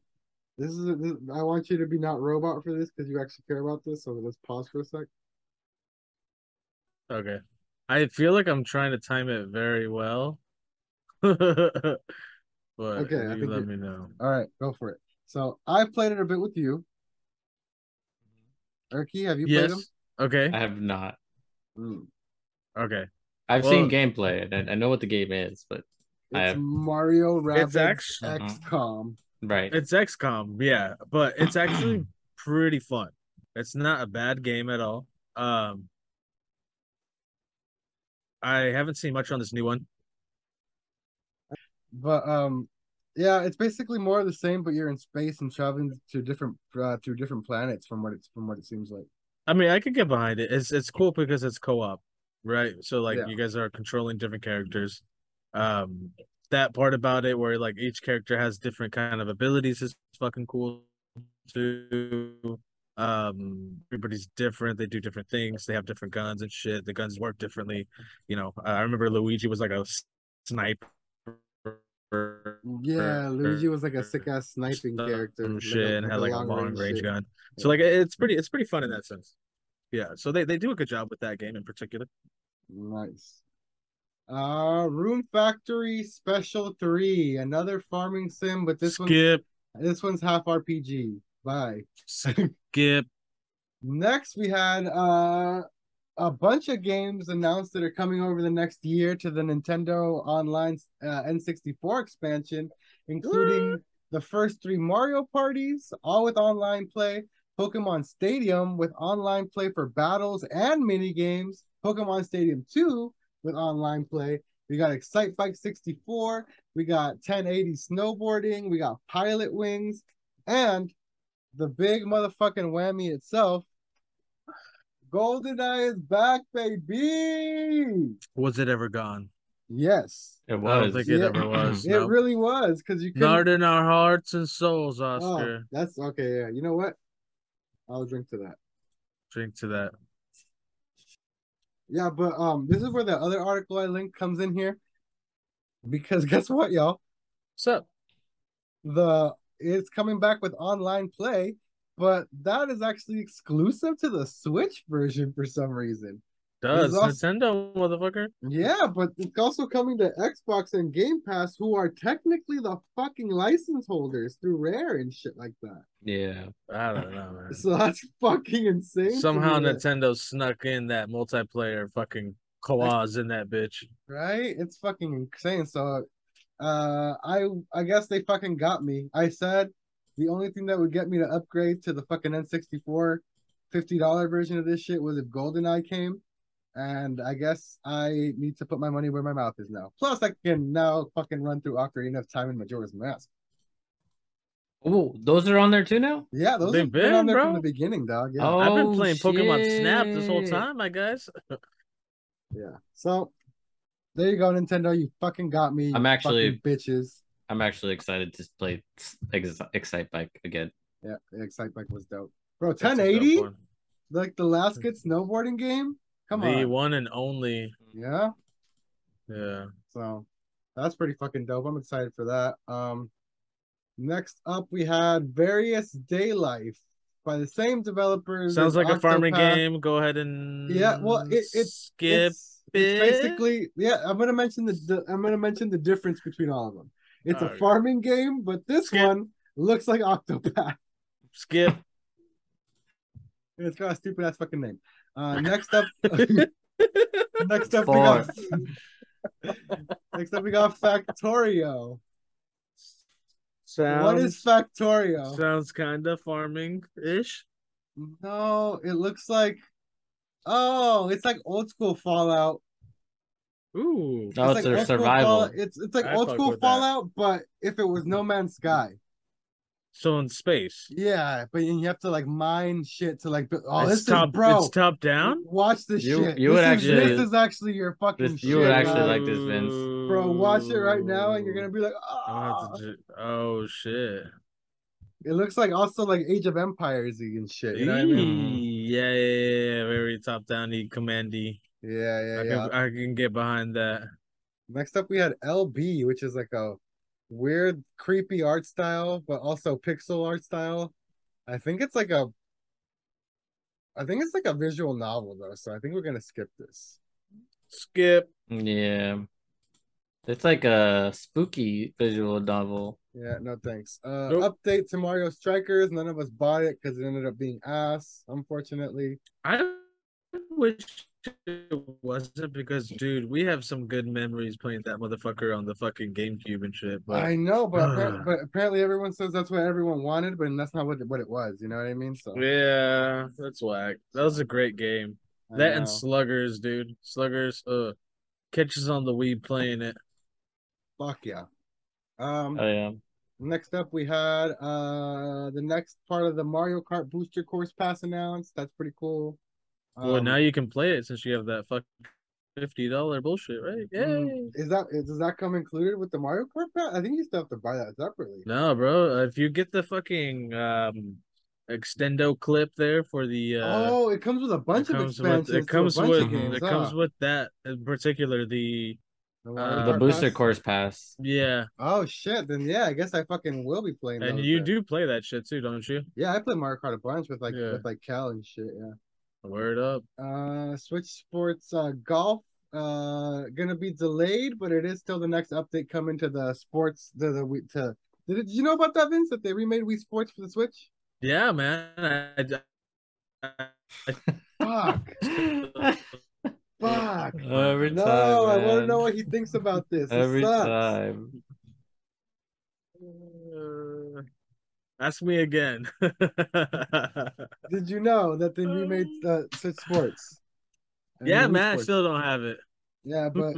Speaker 3: this is this, I want you to be not robot for this because you actually care about this. So let's pause for a sec.
Speaker 1: Okay. I feel like I'm trying to time it very well. *laughs* but
Speaker 3: Okay, I
Speaker 1: okay, you
Speaker 3: think
Speaker 1: let
Speaker 3: you- uh,
Speaker 1: me know.
Speaker 3: All right, go for it. So I've played it a bit with you. Erky, have you played them?
Speaker 1: Yes. Okay.
Speaker 2: I have not.
Speaker 3: Mm.
Speaker 1: Okay.
Speaker 2: I've
Speaker 1: Well-
Speaker 2: seen gameplay and I, I know what the game is, but I
Speaker 3: It's
Speaker 2: have.
Speaker 3: Mario Rabbids
Speaker 1: act-
Speaker 3: XCOM.
Speaker 2: right.
Speaker 1: It's XCOM, yeah, but it's actually pretty fun. It's not a bad game at all. Um I haven't seen much on this new one.
Speaker 3: But um, yeah, it's basically more of the same, but you're in space and traveling to different uh, to different planets from what it's from what it seems like.
Speaker 1: I mean, I could get behind it. It's it's cool because it's co-op, right? So like
Speaker 3: Yeah.
Speaker 1: you guys are controlling different characters. Um that part about it where like each character has different kind of abilities is fucking cool too. Um everybody's different, they do different things, they have different guns and shit. The guns work differently. You know, I I remember Luigi was like a s- sniper.
Speaker 3: Yeah, Luigi was like a sick ass sniping
Speaker 1: some
Speaker 3: character. like a-
Speaker 1: shit and had like a long range
Speaker 3: shit.
Speaker 1: gun. So like it's pretty it's pretty fun in that sense. Yeah, so they, they do a good job with that game in particular.
Speaker 3: Nice. Uh, Room Factory Special Three, another farming sim, but this one's
Speaker 1: skip,
Speaker 3: this one's half RPG. Bye. *laughs*
Speaker 1: skip.
Speaker 3: Next, we had uh, a bunch of games announced that are coming over the next year to the Nintendo Online uh, N64 expansion, including the first three Mario parties, all with online play, Pokemon Stadium with online play for battles and mini games, Pokemon Stadium 2 with online play. We got Excite Bike 64, we got 1080 snowboarding, we got Pilot Wings, and the big motherfucking whammy itself. GoldenEye is back, baby.
Speaker 1: Was it ever gone?
Speaker 3: Yes,
Speaker 2: It
Speaker 1: I
Speaker 2: was.
Speaker 1: don't think it
Speaker 3: Yeah.
Speaker 1: ever was.
Speaker 3: it
Speaker 1: no.
Speaker 3: really was because you couldn't.
Speaker 1: Not in our hearts and souls,
Speaker 3: Oh,
Speaker 1: Oscar.
Speaker 3: that's okay. Yeah, you know what? I'll drink to that.
Speaker 1: Drink to that.
Speaker 3: Yeah, but um, this is where the other article I linked comes in here, because *laughs* guess what, y'all?
Speaker 1: What's up?
Speaker 3: The it's coming back with online play, but that is actually exclusive to the Switch version for some reason.
Speaker 1: Does
Speaker 3: There's also-
Speaker 1: Nintendo motherfucker?
Speaker 3: Yeah, but it's also coming to Xbox and Game Pass, who are technically the fucking license holders through Rare and shit like that. *laughs*
Speaker 2: Yeah.
Speaker 1: I don't know, man.
Speaker 3: So that's fucking insane. to
Speaker 1: Somehow
Speaker 3: me that-
Speaker 1: Nintendo snuck in that multiplayer fucking claws in that bitch.
Speaker 3: right? It's fucking insane. So, uh, I I guess they fucking got me. I said the only thing that would get me to upgrade to the fucking N64 $50 version of this shit was if GoldenEye came. And I guess I need to put my money where my mouth is now. Plus, I can now fucking run through Ocarina of Time and Majora's Mask.
Speaker 2: Oh, those are on there too now.
Speaker 3: Yeah, those
Speaker 1: They've
Speaker 3: have been on
Speaker 1: been,
Speaker 3: there from
Speaker 1: bro.
Speaker 3: the beginning, dog. Yeah,
Speaker 2: Oh,
Speaker 1: I've been playing Pokemon Snap this whole
Speaker 2: shit.
Speaker 1: time, I guess.
Speaker 3: yeah. So there you go, Nintendo. You fucking got me.
Speaker 2: I'm
Speaker 3: you
Speaker 2: actually-
Speaker 3: fucking bitches.
Speaker 2: I'm actually excited to play Ex- Excite Bike again.
Speaker 3: Yeah, the Excite Bike was dope, bro.
Speaker 1: That's a dope
Speaker 3: 1080,
Speaker 1: one.
Speaker 3: like the last good snowboarding game. Come
Speaker 1: the
Speaker 3: on,
Speaker 1: one and only.
Speaker 3: yeah.
Speaker 1: Yeah.
Speaker 3: So that's pretty fucking dope. I'm excited for that. Um, next up we had various day life by the same developers.
Speaker 1: Sounds
Speaker 3: as
Speaker 1: like a farming
Speaker 3: Octopath.
Speaker 1: game. Go ahead and
Speaker 3: Yeah, well, it- it-
Speaker 1: skip.
Speaker 3: It's,
Speaker 1: it?
Speaker 3: it's basically yeah. I'm gonna mention the, the I'm gonna mention the difference between all of them. It's a
Speaker 1: Alright.
Speaker 3: farming game, but this
Speaker 1: Skip.
Speaker 3: one looks like Octopath. *laughs*
Speaker 1: Skip.
Speaker 3: And It's got a stupid ass fucking name. Uh,
Speaker 1: *laughs*
Speaker 3: next up, next up we got *laughs* next up we got Factorio.
Speaker 1: sounds,
Speaker 3: What is Factorio?
Speaker 1: sounds kind of farming ish.
Speaker 3: No, it looks like oh, it's like old school Fallout.
Speaker 1: Ooh.
Speaker 2: No, Oh, it's,
Speaker 3: like
Speaker 2: a
Speaker 3: old school
Speaker 2: survival.
Speaker 3: Fallout- It's it's like
Speaker 1: I
Speaker 3: old
Speaker 1: fuck
Speaker 3: school
Speaker 1: with that.
Speaker 3: Fallout, but if it was No Man's Sky.
Speaker 1: So in space,
Speaker 3: Yeah, but and you have to like mine shit to like. bu- Oh,
Speaker 1: it's
Speaker 3: this
Speaker 1: top,
Speaker 3: is bro.
Speaker 1: it's top down.
Speaker 3: Watch this
Speaker 2: You-
Speaker 3: shit.
Speaker 2: you
Speaker 3: this
Speaker 2: would
Speaker 3: is,
Speaker 2: actually-
Speaker 3: This is actually your fucking.
Speaker 2: This-
Speaker 3: shit,
Speaker 2: you would actually
Speaker 3: dog.
Speaker 2: like this, Vince.
Speaker 3: Bro, watch it right now, and you're gonna be like,
Speaker 1: I'll
Speaker 3: oh.
Speaker 1: have to ju- oh shit!
Speaker 3: It looks like also like Age of Empires and shit. You know what I mean?
Speaker 2: mean?
Speaker 1: Eee, yeah, yeah, yeah, yeah, very top down, e commandy.
Speaker 3: Yeah, yeah,
Speaker 1: I
Speaker 3: yeah.
Speaker 1: can, I can get behind that.
Speaker 3: Next up, we had LB, which is like a weird, creepy art style, but also pixel art style. I think it's like a, I think it's like a visual novel though, so I think we're gonna skip this.
Speaker 1: Skip.
Speaker 2: Yeah. It's like a spooky visual novel.
Speaker 3: Yeah, no thanks. Uh,
Speaker 1: Nope.
Speaker 3: update to Mario Strikers. None of us bought it because it ended up being ass, unfortunately.
Speaker 1: I wish it wasn't because, dude, we have some good memories playing that motherfucker on the fucking GameCube and shit. But
Speaker 3: I know, but appar- but apparently everyone says that's what everyone wanted, but that's not what it, what it was. You know what I mean? So
Speaker 1: yeah, that's whack. That was a great game.
Speaker 3: I
Speaker 1: That and
Speaker 3: know.
Speaker 1: Sluggers, dude. Sluggers, uh, catches on the weed playing it.
Speaker 3: fuck yeah. Um,
Speaker 2: Oh yeah.
Speaker 3: Next up, we had uh the next part of the Mario Kart Booster Course Pass announced. That's pretty cool.
Speaker 1: well,
Speaker 3: Um,
Speaker 1: now you can play it since you have that fucking fifty dollar bullshit, right? Yay!
Speaker 3: mm, is that is, does that come included with the Mario Kart Pass? I think you still have to buy that separately.
Speaker 1: No, bro. If you get the fucking um extendo clip there for the uh
Speaker 3: oh, it comes with a bunch
Speaker 1: it
Speaker 3: of
Speaker 1: comes
Speaker 3: expansions.
Speaker 1: with
Speaker 3: With,
Speaker 1: it comes
Speaker 3: to a bunch
Speaker 1: with
Speaker 3: of games,
Speaker 1: it
Speaker 3: huh?
Speaker 1: comes with that in particular the
Speaker 3: The,
Speaker 1: uh,
Speaker 2: The
Speaker 1: Or
Speaker 2: booster
Speaker 3: *laughs* Pass?
Speaker 2: course pass.
Speaker 1: yeah
Speaker 3: Oh shit! Then yeah, I guess I fucking will be playing.
Speaker 1: and
Speaker 3: those
Speaker 1: you
Speaker 3: then.
Speaker 1: do play that shit too, don't you?
Speaker 3: Yeah, I play Mario Kart a bunch with like
Speaker 1: Yeah.
Speaker 3: with like Cal and shit. Yeah.
Speaker 1: Word up.
Speaker 3: Uh, Switch Sports uh, Golf uh gonna be delayed, but it is still the next update coming to the sports to the we to. Did, it, did you know about that, Vince? That they remade Wii Sports for the Switch?
Speaker 1: Yeah, man. I, uh, I- *laughs*
Speaker 3: Fuck! fuck!
Speaker 2: Every
Speaker 3: No,
Speaker 2: time.
Speaker 3: I want to
Speaker 2: man.
Speaker 3: know what he thinks about this. It
Speaker 2: Every
Speaker 3: sucks. *laughs*
Speaker 2: time.
Speaker 1: uh, ask me again. *laughs*
Speaker 3: Did you know that they remade uh, Switch Sports? And
Speaker 1: yeah,
Speaker 3: Wii
Speaker 1: man. I
Speaker 3: Sports.
Speaker 1: still don't have it. *laughs*
Speaker 3: Yeah, but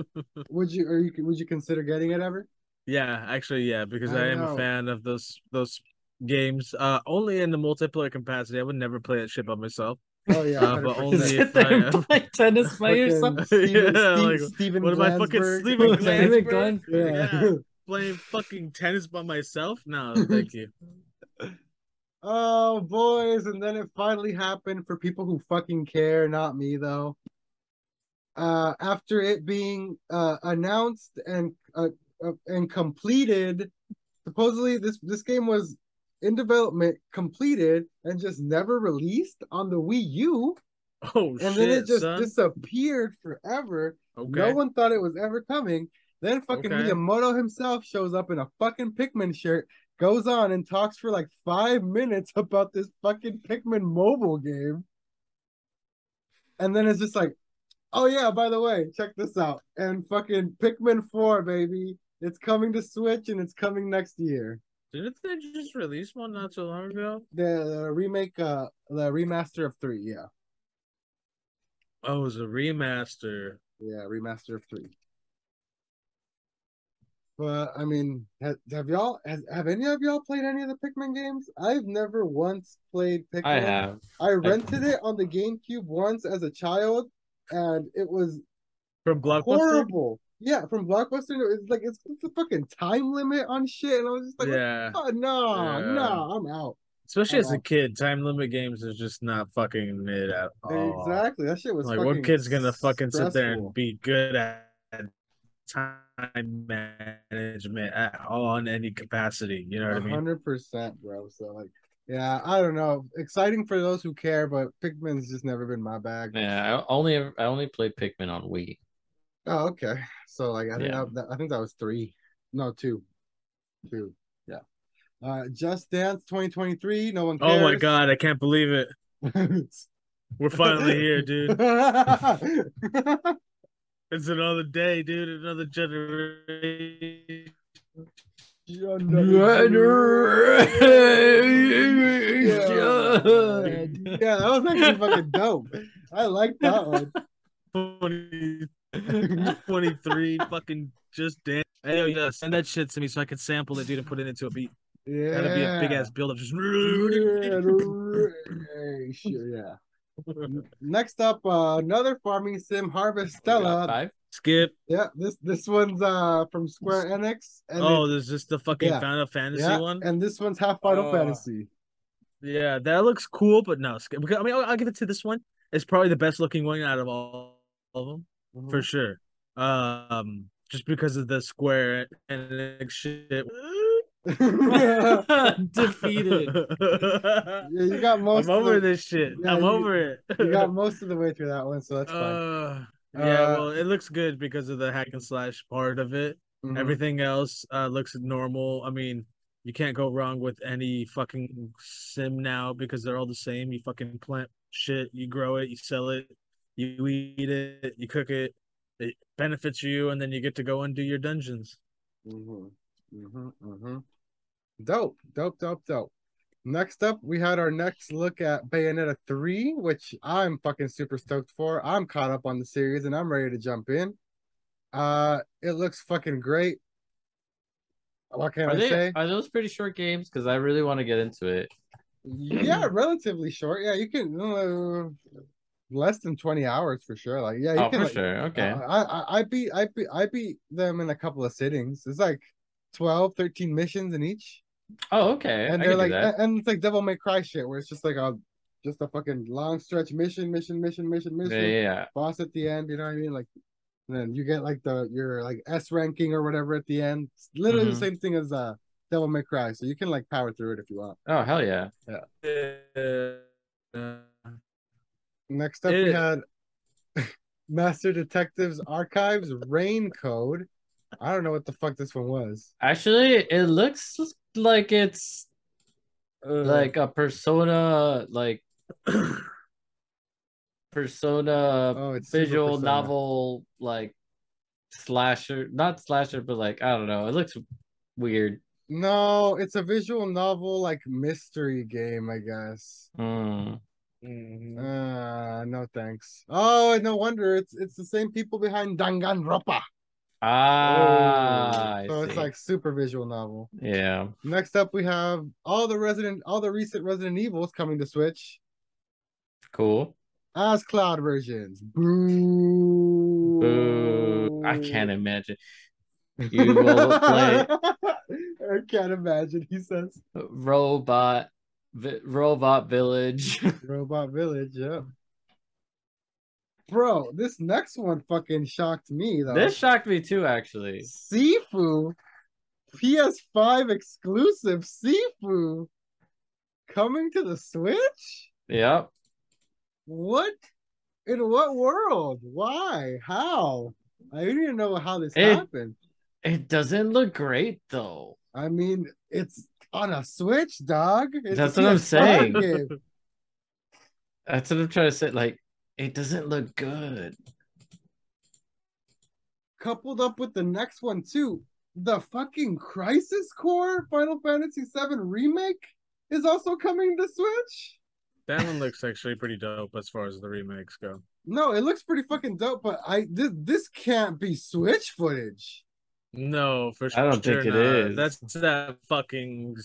Speaker 3: would you or you would you consider getting it ever?
Speaker 1: Yeah, actually, yeah, because
Speaker 3: I
Speaker 1: I, am
Speaker 3: know.
Speaker 1: a fan of those those games. Uh, only in the multiplayer capacity. I would never play that shit by myself.
Speaker 3: Oh yeah,
Speaker 1: Uh, but
Speaker 3: 100%.
Speaker 1: only
Speaker 2: *laughs* Sit
Speaker 1: if
Speaker 2: there
Speaker 1: I,
Speaker 2: and
Speaker 1: uh,
Speaker 2: play tennis by yourself.
Speaker 1: *laughs*
Speaker 3: Fucking *laughs*
Speaker 1: Yeah,
Speaker 3: Steven,
Speaker 1: like,
Speaker 3: Steve, Steven
Speaker 1: What am I fucking
Speaker 3: Glansberg. *laughs*
Speaker 1: sleeping?
Speaker 2: Steven
Speaker 1: Glansberg?
Speaker 2: Glan-
Speaker 3: Yeah.
Speaker 1: Yeah. Playing fucking tennis by myself?
Speaker 3: *laughs*
Speaker 1: No, thank you.
Speaker 3: Oh, boys, and then it finally happened for people who fucking care, not me though. Uh, after it being uh, announced and uh, uh, and completed, supposedly this this game was in development, completed, and just never released on the Wii U,
Speaker 1: Oh
Speaker 3: and
Speaker 1: shit,
Speaker 3: then it just
Speaker 1: son.
Speaker 3: disappeared forever.
Speaker 1: okay.
Speaker 3: No one thought it was ever coming. Then fucking
Speaker 1: Okay.
Speaker 3: Miyamoto himself shows up in a fucking Pikmin shirt, goes on and talks for like five minutes about this fucking Pikmin mobile game. And then it's just like, oh yeah, by the way, check this out. And fucking Pikmin 4, baby. It's coming to Switch and it's coming next year.
Speaker 1: Didn't they just release one not so long ago?
Speaker 3: The, the remake, uh, the remaster of 3, yeah.
Speaker 1: Oh, it was a remaster.
Speaker 3: Yeah, remaster of three. But I mean, have, have y'all has, have any of y'all played any of the Pikmin games? I've never once played Pikmin.
Speaker 2: I have.
Speaker 3: I rented it on the GameCube once as a child, and it was
Speaker 1: From Blockbuster?
Speaker 3: horrible. Yeah, from Blockbuster, it's like it's, it's a fucking time limit on shit, and I was just like,
Speaker 1: yeah.
Speaker 3: oh, no,
Speaker 1: Yeah.
Speaker 3: no, I'm out.
Speaker 1: Especially as
Speaker 3: Uh-uh.
Speaker 1: a kid, time limit games is just not fucking it at all.
Speaker 3: Exactly, that shit was
Speaker 1: Like,
Speaker 3: fucking
Speaker 1: what kid's gonna fucking sit there
Speaker 3: stressful.
Speaker 1: and be good at time management at all in any capacity? You know what I mean?
Speaker 3: hundred percent, bro. So like, yeah, I don't know. Exciting for those who care, but Pikmin's just never been my bag.
Speaker 2: Yeah, I only I only play Pikmin on Wii.
Speaker 3: Oh, okay. So like, I think
Speaker 2: Yeah.
Speaker 3: that- that, I think that was three, no two, two. Yeah. Uh, Just Dance 2023. No one. Cares.
Speaker 1: Oh my
Speaker 3: *laughs*
Speaker 1: god, I can't believe it. We're finally
Speaker 3: *laughs*
Speaker 1: here, dude. It's another day, dude. Another generation. *laughs*
Speaker 3: *laughs* Yeah. yeah, that was actually fucking dope. I like that one.
Speaker 1: 20, 23 fucking just dance. Hey, yo, yeah, send that shit to me so I can sample it, dude, and put it into a beat.
Speaker 3: Yeah.
Speaker 1: That'd be a big ass build
Speaker 3: *laughs*
Speaker 1: up. *laughs*
Speaker 3: Yeah, sure, yeah. Next up, uh, another farming sim,
Speaker 2: We got
Speaker 3: Harvestella.
Speaker 2: five?
Speaker 1: Skip.
Speaker 3: Yeah, this this one's uh from Square Enix. And
Speaker 1: oh,
Speaker 3: it-
Speaker 1: there's just the fucking
Speaker 3: Yeah.
Speaker 1: Final Fantasy
Speaker 3: yeah,
Speaker 1: one.
Speaker 3: and this one's half Final
Speaker 4: Oh.
Speaker 3: Fantasy.
Speaker 1: Yeah, that looks cool, but no, skip. Because, I mean, I'll, I'll give it to this one. It's probably the best looking one out of all of them
Speaker 3: Mm-hmm.
Speaker 1: for sure. Um, just because of the Square Enix shit.
Speaker 3: *laughs* yeah,
Speaker 2: *laughs*
Speaker 3: *laughs*
Speaker 4: Defeated.
Speaker 3: you got most.
Speaker 1: I'm over
Speaker 3: of the,
Speaker 1: this shit.
Speaker 3: Yeah,
Speaker 1: I'm
Speaker 3: you-
Speaker 1: over it. *laughs*
Speaker 3: You got most of the way through that one, so that's fine.
Speaker 1: Uh, yeah,
Speaker 3: Uh,
Speaker 1: well, it looks good because of the hack and slash part of it.
Speaker 3: Mhm.
Speaker 1: Everything else uh, looks normal. I mean, you can't go wrong with any fucking sim now because they're all the same. You fucking plant shit, you grow it, you sell it, you eat it, you cook it. It benefits you, and then you get to go and do your dungeons.
Speaker 3: Mhm, mhm, mhm. Dope, dope, dope, dope. Next up, we had our next look at Bayonetta 3, which I'm fucking super stoked for. I'm caught up on the series and I'm ready to jump in. Uh, it looks fucking great. What can
Speaker 2: Are
Speaker 3: I
Speaker 2: they *clears throat*
Speaker 3: say?
Speaker 2: are those pretty short games? Because I really want to get into it.
Speaker 3: Yeah, relatively short. Yeah, you can uh, less than 20 hours for sure. Like, yeah, you
Speaker 2: Oh,
Speaker 3: can
Speaker 2: for
Speaker 3: like,
Speaker 2: sure. Okay.
Speaker 3: Uh, I, I I beat I beat I beat them in a couple of sittings. It's like 12, 13 missions in each.
Speaker 2: oh, okay.
Speaker 3: and
Speaker 2: I
Speaker 3: they're
Speaker 2: can
Speaker 3: like, eh,
Speaker 2: do that.
Speaker 3: and and it's like Devil May Cry shit, where it's just like a, just a fucking long stretch mission, mission, mission, mission, mission.
Speaker 2: yeah, yeah, yeah.
Speaker 3: Boss at the end, you know what I mean? Like, and then you get like the your like S ranking or whatever at the end. It's literally
Speaker 2: Mhm.
Speaker 3: the same thing as uh Devil May Cry, so you can like power through it if you want.
Speaker 2: Oh, hell yeah.
Speaker 3: Uh, Next up, we
Speaker 1: It-
Speaker 3: had *laughs* Master Detectives Archives Rain Code. I don't know what the fuck this one was.
Speaker 2: Actually, it looks like it's
Speaker 3: Uh, *clears throat*
Speaker 2: like a persona, like persona
Speaker 3: Oh, it's Super
Speaker 2: visual
Speaker 3: Persona.
Speaker 2: novel, like slasher, not slasher, but like I don't know. It looks weird.
Speaker 3: No, it's a visual novel like mystery game, I guess.
Speaker 2: Mm.
Speaker 3: Uh, no thanks. Oh, and no wonder it's it's the same people behind Danganronpa.
Speaker 2: Ah, I
Speaker 3: Oh, so it's
Speaker 2: see.
Speaker 3: like super visual novel.
Speaker 2: yeah.
Speaker 3: Next up, we have all the Resident, all the recent Resident Evils coming to Switch
Speaker 2: Cool.
Speaker 3: as cloud versions. Boo!
Speaker 2: Boo. I can't imagine. *laughs* You will
Speaker 3: *laughs*
Speaker 2: play
Speaker 3: I can't imagine. He says,
Speaker 2: robot, vi- robot village.
Speaker 3: "Robot Village." Yeah. Bro, this next one fucking shocked me though.
Speaker 2: this shocked me too, actually.
Speaker 3: Sifu, PS5 exclusive Sifu, coming to the Switch?
Speaker 2: Yep.
Speaker 3: What? In what world? Why? How? I didn't even know how this
Speaker 2: It-
Speaker 3: happened.
Speaker 2: It doesn't look great though.
Speaker 3: I mean, it's on a Switch, dog. It's a
Speaker 2: That's what I'm
Speaker 3: PS5
Speaker 2: saying.
Speaker 3: game.
Speaker 2: That's what I'm trying to say. Like, it doesn't look good.
Speaker 3: Coupled up with the next one too, the fucking Crisis Core Final Fantasy VII remake is also coming to Switch.
Speaker 1: That one looks actually pretty dope as far as the remakes go.
Speaker 3: No, it looks pretty fucking dope, but I this this can't be Switch footage.
Speaker 1: No, for sure.
Speaker 2: I don't think
Speaker 1: it
Speaker 2: it
Speaker 1: is.
Speaker 2: is.
Speaker 1: That's that fucking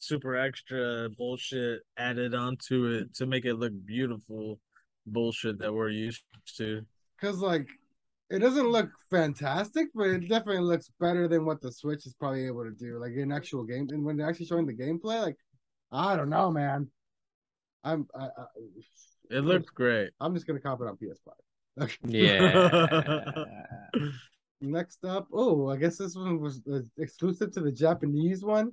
Speaker 1: super extra bullshit added onto it to make it look beautiful bullshit that we're used to.
Speaker 3: Cause like it doesn't look fantastic, but it definitely looks better than what the Switch is probably able to do. Like in actual game, and when they're actually showing the gameplay, like I don't know, man. I'm I, I,
Speaker 1: It looked great.
Speaker 3: I'm just gonna cop it on PS5. *laughs*
Speaker 2: Yeah.
Speaker 3: Next up, oh, I guess this one was uh, exclusive to the Japanese one,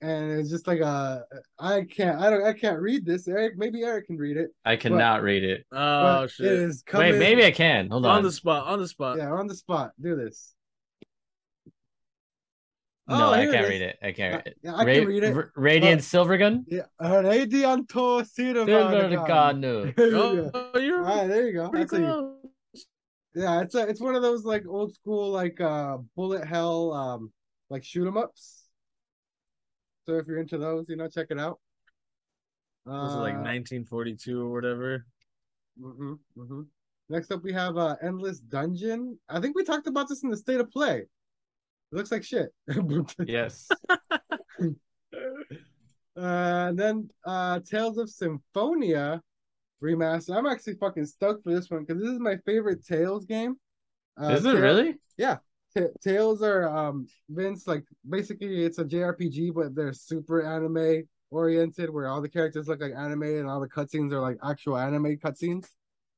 Speaker 3: and it's just like a I can't I don't I can't read this. Eric, maybe Eric can read it.
Speaker 2: I cannot read it.
Speaker 1: Oh
Speaker 3: but
Speaker 1: shit.
Speaker 3: It is
Speaker 2: Wait,
Speaker 3: coming.
Speaker 2: maybe I can. Hold
Speaker 1: on
Speaker 2: on.
Speaker 1: the spot, on the spot.
Speaker 3: Yeah, on the spot. Do this.
Speaker 2: No,
Speaker 3: Oh,
Speaker 2: I
Speaker 3: here
Speaker 2: can't
Speaker 3: is.
Speaker 2: read it. I can't read it.
Speaker 3: Yeah, I can read it.
Speaker 2: Ra- Radiant Silvergun?
Speaker 3: Yeah. Radianto Silvergun. *laughs*
Speaker 2: Silvergun. no.
Speaker 1: Oh,
Speaker 3: yeah.
Speaker 1: you're
Speaker 3: All right, there you go.
Speaker 1: pretty
Speaker 3: That's how you-
Speaker 1: close.
Speaker 3: yeah, it's a, it's one of those like old school like uh bullet hell um like shoot 'em ups. So if you're into those, you know, check it out. Uh,
Speaker 1: Was it like 1942 or whatever?
Speaker 3: mhm, mhm. Next up, we have uh, Endless Dungeon.
Speaker 1: *laughs*
Speaker 3: I *laughs* think we talked about this in the state of play. It looks like shit.
Speaker 2: Yes.
Speaker 3: Uh, and then uh, Tales of Symphonia remaster. I'm actually fucking stoked for this one because this is my favorite Tales game. Uh,
Speaker 2: Is it
Speaker 3: Tales-
Speaker 2: really?
Speaker 3: Ta Tales are um Vince like basically it's a JRPG but they're super anime oriented where all the characters look like anime and all the cutscenes are like actual anime cutscenes.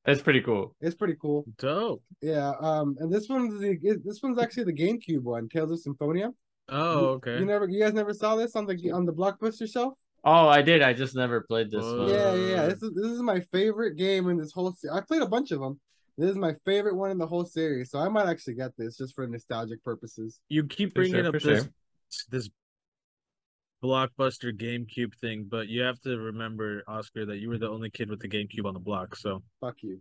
Speaker 2: That's pretty cool.
Speaker 3: It's pretty cool.
Speaker 1: Dope.
Speaker 3: Yeah. Um. And this one's the it- this one's actually the GameCube one, Tales of Symphonia.
Speaker 1: Oh,
Speaker 3: You,
Speaker 1: okay.
Speaker 3: you never you guys never saw this on the on the blockbuster shelf.
Speaker 2: Oh, I did. I just never played this
Speaker 1: Whoa.
Speaker 2: one.
Speaker 3: Oh, Yeah, yeah, yeah.
Speaker 1: Uh,
Speaker 3: This is this is my favorite game in this whole. Se- I played a bunch of them. This is my favorite one in the whole series, so I might actually get this just for nostalgic purposes.
Speaker 1: you keep
Speaker 2: For
Speaker 1: bringing
Speaker 2: sure,
Speaker 1: up
Speaker 2: for
Speaker 1: this this blockbuster GameCube thing, but you have to remember, Oscar, that you were the only kid with the GameCube on the block. So
Speaker 3: Fuck you.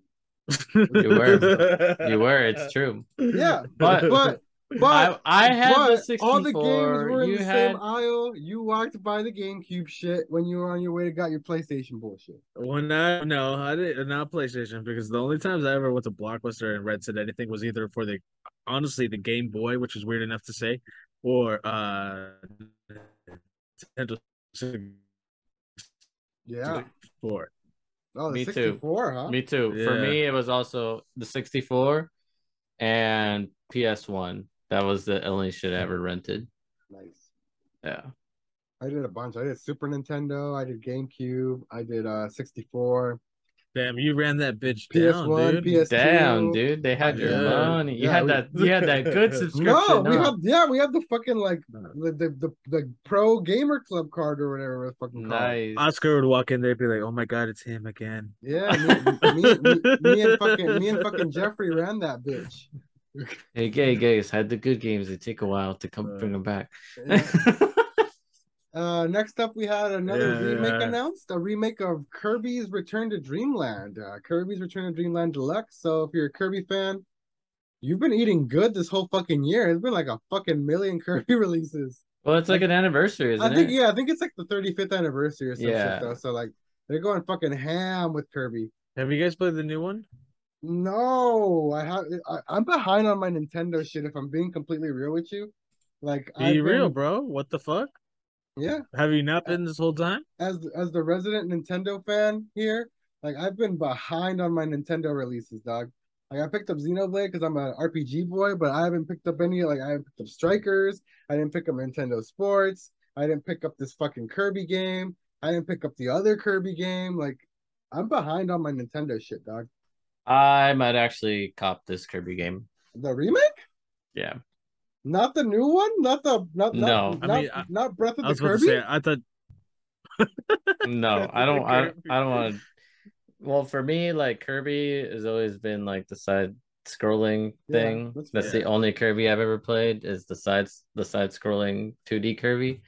Speaker 2: You were.
Speaker 1: *laughs*
Speaker 2: You were. It's true.
Speaker 3: Yeah,
Speaker 2: But-
Speaker 3: *laughs* But but
Speaker 2: *laughs* I, I had the
Speaker 3: but
Speaker 2: 64.
Speaker 3: all the games were in
Speaker 2: you
Speaker 3: the
Speaker 2: had
Speaker 3: same aisle. You walked by the GameCube shit when you were on your way to got your PlayStation bullshit.
Speaker 1: When I no, I didn't not PlayStation because the only times I ever went to Blockbuster and rented anything was either for the honestly the Game Boy, which is weird enough to say, or uh Nintendo 64.
Speaker 3: Yeah. Oh, the
Speaker 2: Me too.
Speaker 3: 64, huh?
Speaker 2: Me too. For
Speaker 1: Yeah.
Speaker 2: me, it was also the 64 and PS1. That was the only shit I ever rented.
Speaker 3: Nice.
Speaker 2: Yeah.
Speaker 3: I did a bunch. I did Super Nintendo. I did GameCube. I did uh 64,
Speaker 1: Damn, you ran that bitch down,
Speaker 3: PS1,
Speaker 1: dude.
Speaker 3: PS2.
Speaker 2: Damn, dude. They had your
Speaker 1: Yeah.
Speaker 2: money. You
Speaker 3: Yeah,
Speaker 2: had
Speaker 3: we-
Speaker 2: that you had that good subscription.
Speaker 3: *laughs* No, we
Speaker 2: huh?
Speaker 3: have yeah, we have the fucking like
Speaker 1: No.
Speaker 3: the the the, the pro gamer club card or whatever the fucking called.
Speaker 2: nice.
Speaker 1: Oscar would walk in there and be like, "Oh my god, it's him again."
Speaker 3: Yeah, me, me, me, me and fucking me and fucking Jeffrey ran that bitch.
Speaker 2: Hey, gay guys, had the good games. They take a while to come bring them *laughs* back.
Speaker 3: Yeah. Uh, next up, we had another
Speaker 1: Yeah,
Speaker 3: remake
Speaker 1: yeah.
Speaker 3: announced, a remake of Kirby's Return to Dreamland. Uh, Kirby's Return to Dreamland Deluxe. So if you're a Kirby fan, you've been eating good this whole fucking year. It's been like a fucking million *laughs* Kirby releases.
Speaker 2: well, it's like an anniversary, isn't
Speaker 3: I think
Speaker 2: it?
Speaker 3: yeah, I think it's like the 35th anniversary or some
Speaker 2: Yeah.
Speaker 3: shit though. So like they're going fucking ham with Kirby.
Speaker 1: Have you guys played the new one?
Speaker 3: No, I have. I, I'm behind on my Nintendo shit. If I'm being completely real with you, like
Speaker 1: Be
Speaker 3: I've
Speaker 1: real,
Speaker 3: been-
Speaker 1: bro. What the fuck?
Speaker 3: Yeah,
Speaker 1: Have you not been this whole time?
Speaker 3: as as the resident Nintendo fan here, like I've been behind on my Nintendo releases, dog. Like I picked up Xenoblade because I'm an RPG boy, but I haven't picked up any. Like I haven't picked up Strikers. I didn't pick up Nintendo Sports. I didn't pick up this fucking Kirby game. I didn't pick up the other Kirby game. Like I'm behind on my Nintendo shit, dog.
Speaker 2: I might actually cop this Kirby game.
Speaker 3: The remake.
Speaker 2: Yeah.
Speaker 3: Not the new one, not the not
Speaker 2: No.
Speaker 3: not,
Speaker 1: I
Speaker 3: not,
Speaker 1: mean, I-
Speaker 3: not Breath of
Speaker 1: I was
Speaker 3: the
Speaker 1: about to
Speaker 3: Kirby.
Speaker 1: say. I thought
Speaker 2: No,
Speaker 3: *laughs*
Speaker 1: Breath
Speaker 2: I
Speaker 1: of the
Speaker 2: don't. I,
Speaker 1: Kirby.
Speaker 2: I don't want. Well, for me, like Kirby has always been like the side scrolling
Speaker 3: Yeah,
Speaker 2: thing.
Speaker 3: that's
Speaker 2: that's
Speaker 3: fair.
Speaker 2: the only Kirby I've ever played is the sides the side scrolling 2D Kirby.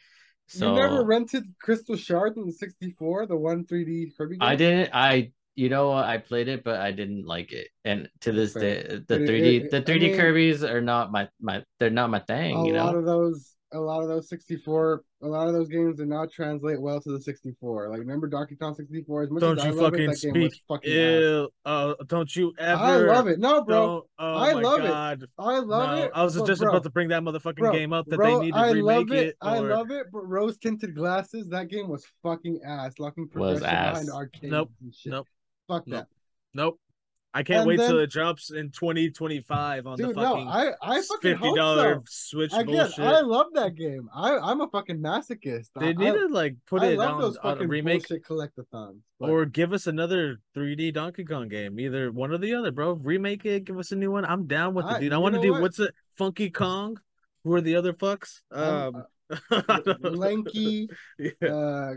Speaker 2: So
Speaker 3: You never rented Crystal Shard in the 64, the one 3D Kirby game.
Speaker 2: I didn't. I you know what, I played it, but I didn't like it. And to this
Speaker 3: Fair.
Speaker 2: day, the
Speaker 3: But it-
Speaker 2: 3D
Speaker 3: it-
Speaker 2: the
Speaker 3: I
Speaker 2: 3D
Speaker 3: mean-
Speaker 2: Kirby's are not my my. They're not my thing.
Speaker 3: a
Speaker 2: you
Speaker 3: lot
Speaker 2: know.
Speaker 3: of those, a lot of those 64, a lot of those games did not translate well to the 64. Like remember Donkey Kong 64? As much
Speaker 1: Don't
Speaker 3: as I
Speaker 1: you
Speaker 3: love it,
Speaker 1: fucking
Speaker 3: that game was
Speaker 1: speak
Speaker 3: fucking ass.
Speaker 1: Ew, oh, don't you ever?
Speaker 3: I love it. No, bro,
Speaker 1: Don't- oh
Speaker 3: I
Speaker 1: my
Speaker 3: love it.
Speaker 1: God.
Speaker 3: I love
Speaker 1: no,
Speaker 3: it.
Speaker 1: I was
Speaker 3: but
Speaker 1: just
Speaker 3: bro,
Speaker 1: about to bring that motherfucking
Speaker 3: bro,
Speaker 1: game up that
Speaker 3: bro,
Speaker 1: they need to
Speaker 3: I
Speaker 1: remake
Speaker 3: love it.
Speaker 1: it.
Speaker 3: I
Speaker 1: or-
Speaker 3: love it. But rose tinted glasses, that game was fucking ass. Locking progression behind
Speaker 2: ass.
Speaker 3: arcade.
Speaker 1: Nope,
Speaker 3: And shit.
Speaker 1: nope,
Speaker 3: Fuck
Speaker 1: nope.
Speaker 3: that.
Speaker 1: Nope. I can't
Speaker 3: And
Speaker 1: wait till
Speaker 3: then-
Speaker 1: it drops in 2025 on the
Speaker 3: Dude,
Speaker 1: fucking
Speaker 3: no, I, I fucking
Speaker 1: fifty
Speaker 3: hope
Speaker 1: dollar
Speaker 3: so.
Speaker 1: Switch
Speaker 3: Again,
Speaker 1: bullshit.
Speaker 3: I love that game. I, I'm a fucking masochist. I,
Speaker 1: they need
Speaker 3: I,
Speaker 1: to like put
Speaker 3: I
Speaker 1: it
Speaker 3: love
Speaker 1: on,
Speaker 3: those
Speaker 1: on a
Speaker 3: fucking
Speaker 1: remake
Speaker 3: bullshit collectathons. but-
Speaker 1: or give us another 3D Donkey Kong game, either one or the other, bro. Remake it, give us a new one. I'm down with
Speaker 3: I-
Speaker 1: it, dude. I
Speaker 3: you
Speaker 1: want to
Speaker 3: know
Speaker 1: do
Speaker 3: what?
Speaker 1: what's it, Funky Kong? Who are the other fucks?
Speaker 3: I'm-
Speaker 1: Um, *laughs* I
Speaker 3: L-
Speaker 1: don't know.
Speaker 3: uh, lanky,
Speaker 1: *laughs* Yeah.
Speaker 3: uh,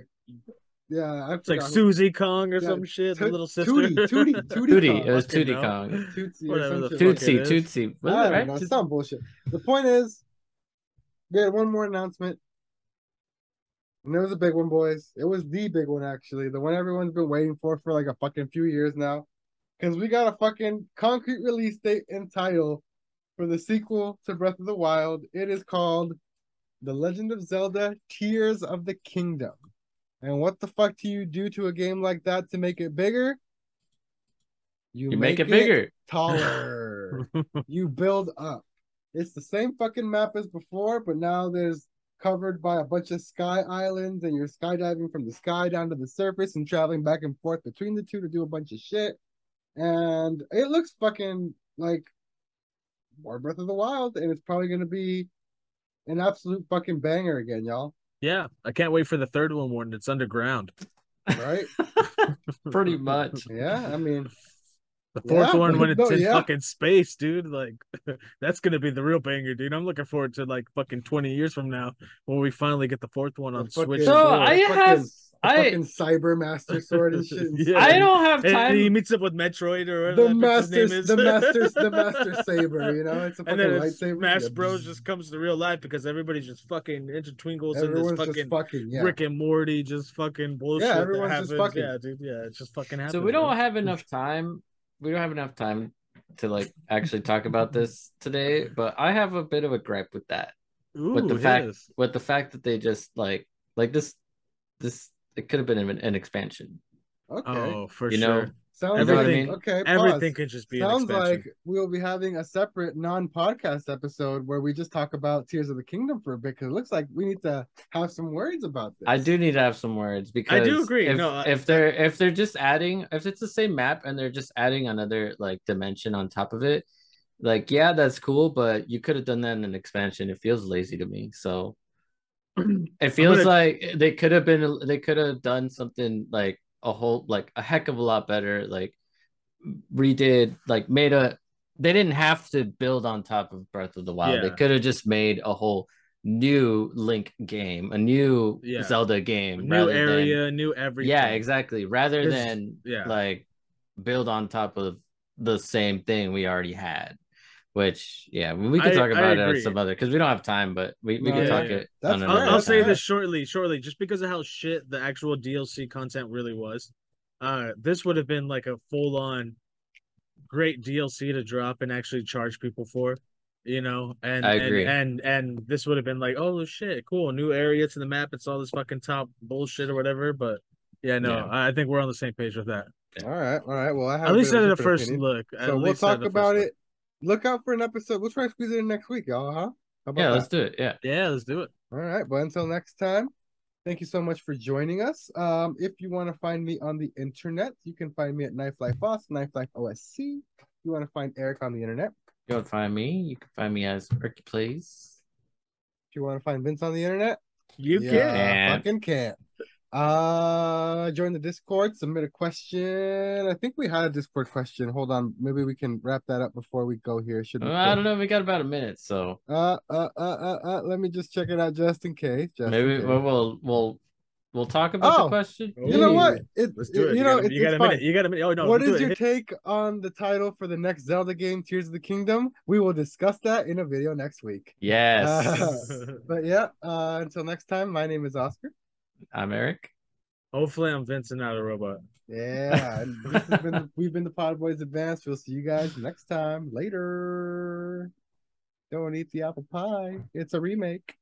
Speaker 3: yeah, I
Speaker 1: It's like
Speaker 3: forgot who-
Speaker 1: Susie Kong or
Speaker 3: Yeah,
Speaker 1: some shit, the
Speaker 3: Toot-
Speaker 1: little sister.
Speaker 3: Tootie, Tootie, Tootie,
Speaker 2: Tootie.
Speaker 3: Kong,
Speaker 2: It was
Speaker 1: Fucking
Speaker 2: Tootie
Speaker 1: no.
Speaker 2: Kong.
Speaker 3: *laughs* Tootsie, or
Speaker 1: whatever
Speaker 3: some
Speaker 1: the
Speaker 3: shit
Speaker 1: fuck
Speaker 3: like
Speaker 1: it
Speaker 2: Tootsie.
Speaker 1: is.
Speaker 2: Tootsie.
Speaker 3: that.
Speaker 2: Was
Speaker 3: I
Speaker 2: it
Speaker 3: don't
Speaker 2: right?
Speaker 3: know,
Speaker 2: Tootsie?
Speaker 3: some bullshit. The point is, we had one more announcement, and it was a big one, boys. It was the big one, actually, the one everyone's been waiting for for like a fucking few years now, because we got a fucking concrete release date and title for the sequel to Breath of the Wild. It is called The Legend of Zelda: Tears of the Kingdom. And what the fuck do you do to a game like that to make it bigger?
Speaker 2: You make it
Speaker 3: *laughs*
Speaker 2: bigger.
Speaker 3: taller. you build up. It's the same fucking map as before, but now there's covered by a bunch of sky islands and you're skydiving from the sky down to the surface and traveling back and forth between the two to do a bunch of shit. And it looks fucking like more Breath of the Wild, and it's probably gonna be an absolute fucking banger again, y'all.
Speaker 1: *laughs* Yeah, I can't wait for the third one when it's underground.
Speaker 3: *laughs* Right?
Speaker 1: *laughs*
Speaker 2: Pretty much.
Speaker 3: yeah, I mean
Speaker 1: The fourth
Speaker 3: Yeah,
Speaker 1: one when it's
Speaker 3: no,
Speaker 1: in
Speaker 3: yeah.
Speaker 1: fucking space, dude. Like *laughs* that's gonna be the real banger, dude. I'm looking forward to like fucking 20 years from now when we finally get the fourth one
Speaker 3: The
Speaker 1: on
Speaker 3: fucking-
Speaker 1: Switch.
Speaker 2: So
Speaker 3: Yeah,
Speaker 2: I
Speaker 3: fucking-
Speaker 2: have
Speaker 3: the
Speaker 2: I
Speaker 3: fucking cyber master sword and *laughs* shit. and
Speaker 1: Yeah.
Speaker 2: I
Speaker 1: *laughs*
Speaker 2: don't have
Speaker 1: And he
Speaker 2: time.
Speaker 1: meets up with Metroid or whatever
Speaker 3: the
Speaker 1: that bitch's
Speaker 3: master,
Speaker 1: name is.
Speaker 3: the master,
Speaker 1: *laughs*
Speaker 3: the master saber. You know, it's a
Speaker 1: and
Speaker 3: fucking
Speaker 1: then it's
Speaker 3: lightsaber.
Speaker 1: Smash
Speaker 3: Yeah,
Speaker 1: Bros just comes to real life because everybody's just fucking intertwingles in
Speaker 3: everyone's
Speaker 1: this fucking
Speaker 3: just fucking yeah.
Speaker 1: Rick and Morty just fucking bullshit. that
Speaker 3: everyone's just
Speaker 1: happens.
Speaker 3: fucking-
Speaker 1: Yeah, dude. Yeah, it just fucking happens.
Speaker 2: So we
Speaker 1: bro.
Speaker 2: don't have enough time. We don't have enough time to like actually talk about this today, but I have a bit of a gripe with that.
Speaker 1: Ooh,
Speaker 2: with the
Speaker 1: hit
Speaker 2: fact-
Speaker 1: us.
Speaker 2: With the fact that they just like like this this it could have been an, an expansion.
Speaker 3: Okay,
Speaker 1: Oh, for
Speaker 2: You
Speaker 1: sure.
Speaker 2: know,
Speaker 3: sounds
Speaker 1: everything-
Speaker 3: like okay.
Speaker 1: Everything
Speaker 3: pause.
Speaker 1: could just be an
Speaker 3: sounds
Speaker 1: expansion.
Speaker 3: like we will be having a separate non-podcast episode where we just talk about Tears of the Kingdom for a bit because it looks like we need to have some words about this.
Speaker 2: I do need to have some words because
Speaker 1: agree.
Speaker 2: If,
Speaker 1: No, I-
Speaker 2: if they're if they're just adding if it's the same map and they're just adding another like dimension on top of it, like yeah, that's cool, but you could have done that in an expansion. It feels lazy to me.
Speaker 1: *clears throat*
Speaker 2: So it feels
Speaker 1: gonna-
Speaker 2: like they could have been they could have done something like a whole like a heck of a lot better. Like redid like made a they didn't have to build on top of Breath of the Wild. They
Speaker 1: Yeah.
Speaker 2: could have just made a whole new Link game, a new
Speaker 1: Yeah.
Speaker 2: Zelda game,
Speaker 1: new
Speaker 2: rather
Speaker 1: area, new everything.
Speaker 2: Than, yeah, exactly. Rather
Speaker 1: It's-
Speaker 2: than
Speaker 1: yeah.
Speaker 2: like build on top of the same thing we already had. Which yeah, we
Speaker 1: I-
Speaker 2: can talk
Speaker 1: I
Speaker 2: about it on
Speaker 1: agree.
Speaker 2: some other because we don't have time, but we, we
Speaker 3: No,
Speaker 2: can
Speaker 1: yeah,
Speaker 2: talk
Speaker 1: yeah.
Speaker 2: it.
Speaker 3: That's
Speaker 2: on
Speaker 3: fair.
Speaker 1: I'll,
Speaker 2: another
Speaker 1: I'll say
Speaker 2: time.
Speaker 1: this shortly, shortly, just because of how shit the actual DLC content really was. Uh, this would have been like a full on great DLC to drop and actually charge people for, you know. And
Speaker 2: I
Speaker 1: and-
Speaker 2: agree.
Speaker 1: And, and this would have been like, oh shit, cool, new area to the map. It's all this fucking top bullshit or whatever. But yeah, no,
Speaker 2: Yeah.
Speaker 1: I I think we're on the same page with that.
Speaker 3: All right, all right. Well, I have
Speaker 1: At
Speaker 3: a
Speaker 1: least
Speaker 3: bit
Speaker 1: at
Speaker 3: of a
Speaker 1: the
Speaker 3: different
Speaker 1: first
Speaker 3: opinion.
Speaker 1: look. at
Speaker 3: So we'll
Speaker 1: least out of
Speaker 3: talk
Speaker 1: the first
Speaker 3: about
Speaker 1: look.
Speaker 3: it. Look out for an episode. We'll try to squeeze it in next week, y'all. Huh? How about
Speaker 2: Yeah,
Speaker 3: that?
Speaker 2: let's do it. Yeah.
Speaker 1: Yeah, let's do it.
Speaker 3: All right. Well, until next time, thank you so much for joining us. Um, if you want to find me on the internet, you can find me at Knife Life Boss, Knife Life OSC. If you want to find Eric on the internet,
Speaker 2: You can find me. You can find me as Ricky Plays.
Speaker 3: if you want to find Vince on the internet,
Speaker 1: You
Speaker 3: yeah,
Speaker 1: can.
Speaker 2: can.
Speaker 3: fucking can't. Uh, join the Discord, submit a question. I think we had a Discord question. Hold on, maybe we can wrap that up before we go here. Should we?
Speaker 2: Well, Uh, I don't know. We got about a minute, so
Speaker 3: Uh, uh, uh, uh, uh, let me just check it out just in case. Just in
Speaker 2: maybe
Speaker 3: case.
Speaker 2: we'll we'll we'll, we'll talk about
Speaker 3: Oh,
Speaker 2: the question.
Speaker 1: you
Speaker 3: you know
Speaker 1: Ooh.
Speaker 3: what? It,
Speaker 1: Let's do it.
Speaker 3: You know,
Speaker 1: got, a-
Speaker 3: it's,
Speaker 1: you got
Speaker 3: it's
Speaker 1: a
Speaker 3: fine.
Speaker 1: minute. You got a minute. Oh no,
Speaker 3: what
Speaker 1: do it.
Speaker 3: is your
Speaker 1: Hit-
Speaker 3: take on the title for the next Zelda game, Tears of the Kingdom? We will discuss that in a video next week.
Speaker 2: Yes,
Speaker 3: *laughs*
Speaker 1: *laughs*
Speaker 3: But yeah, uh, until next time, my name is Oscar.
Speaker 2: I'm Eric.
Speaker 1: Hopefully, I'm Vincent, not a robot.
Speaker 3: Yeah, and this has been, we've been the Pod Boys Advance. We'll see you guys next time. Later. Don't eat the apple pie. It's a remake.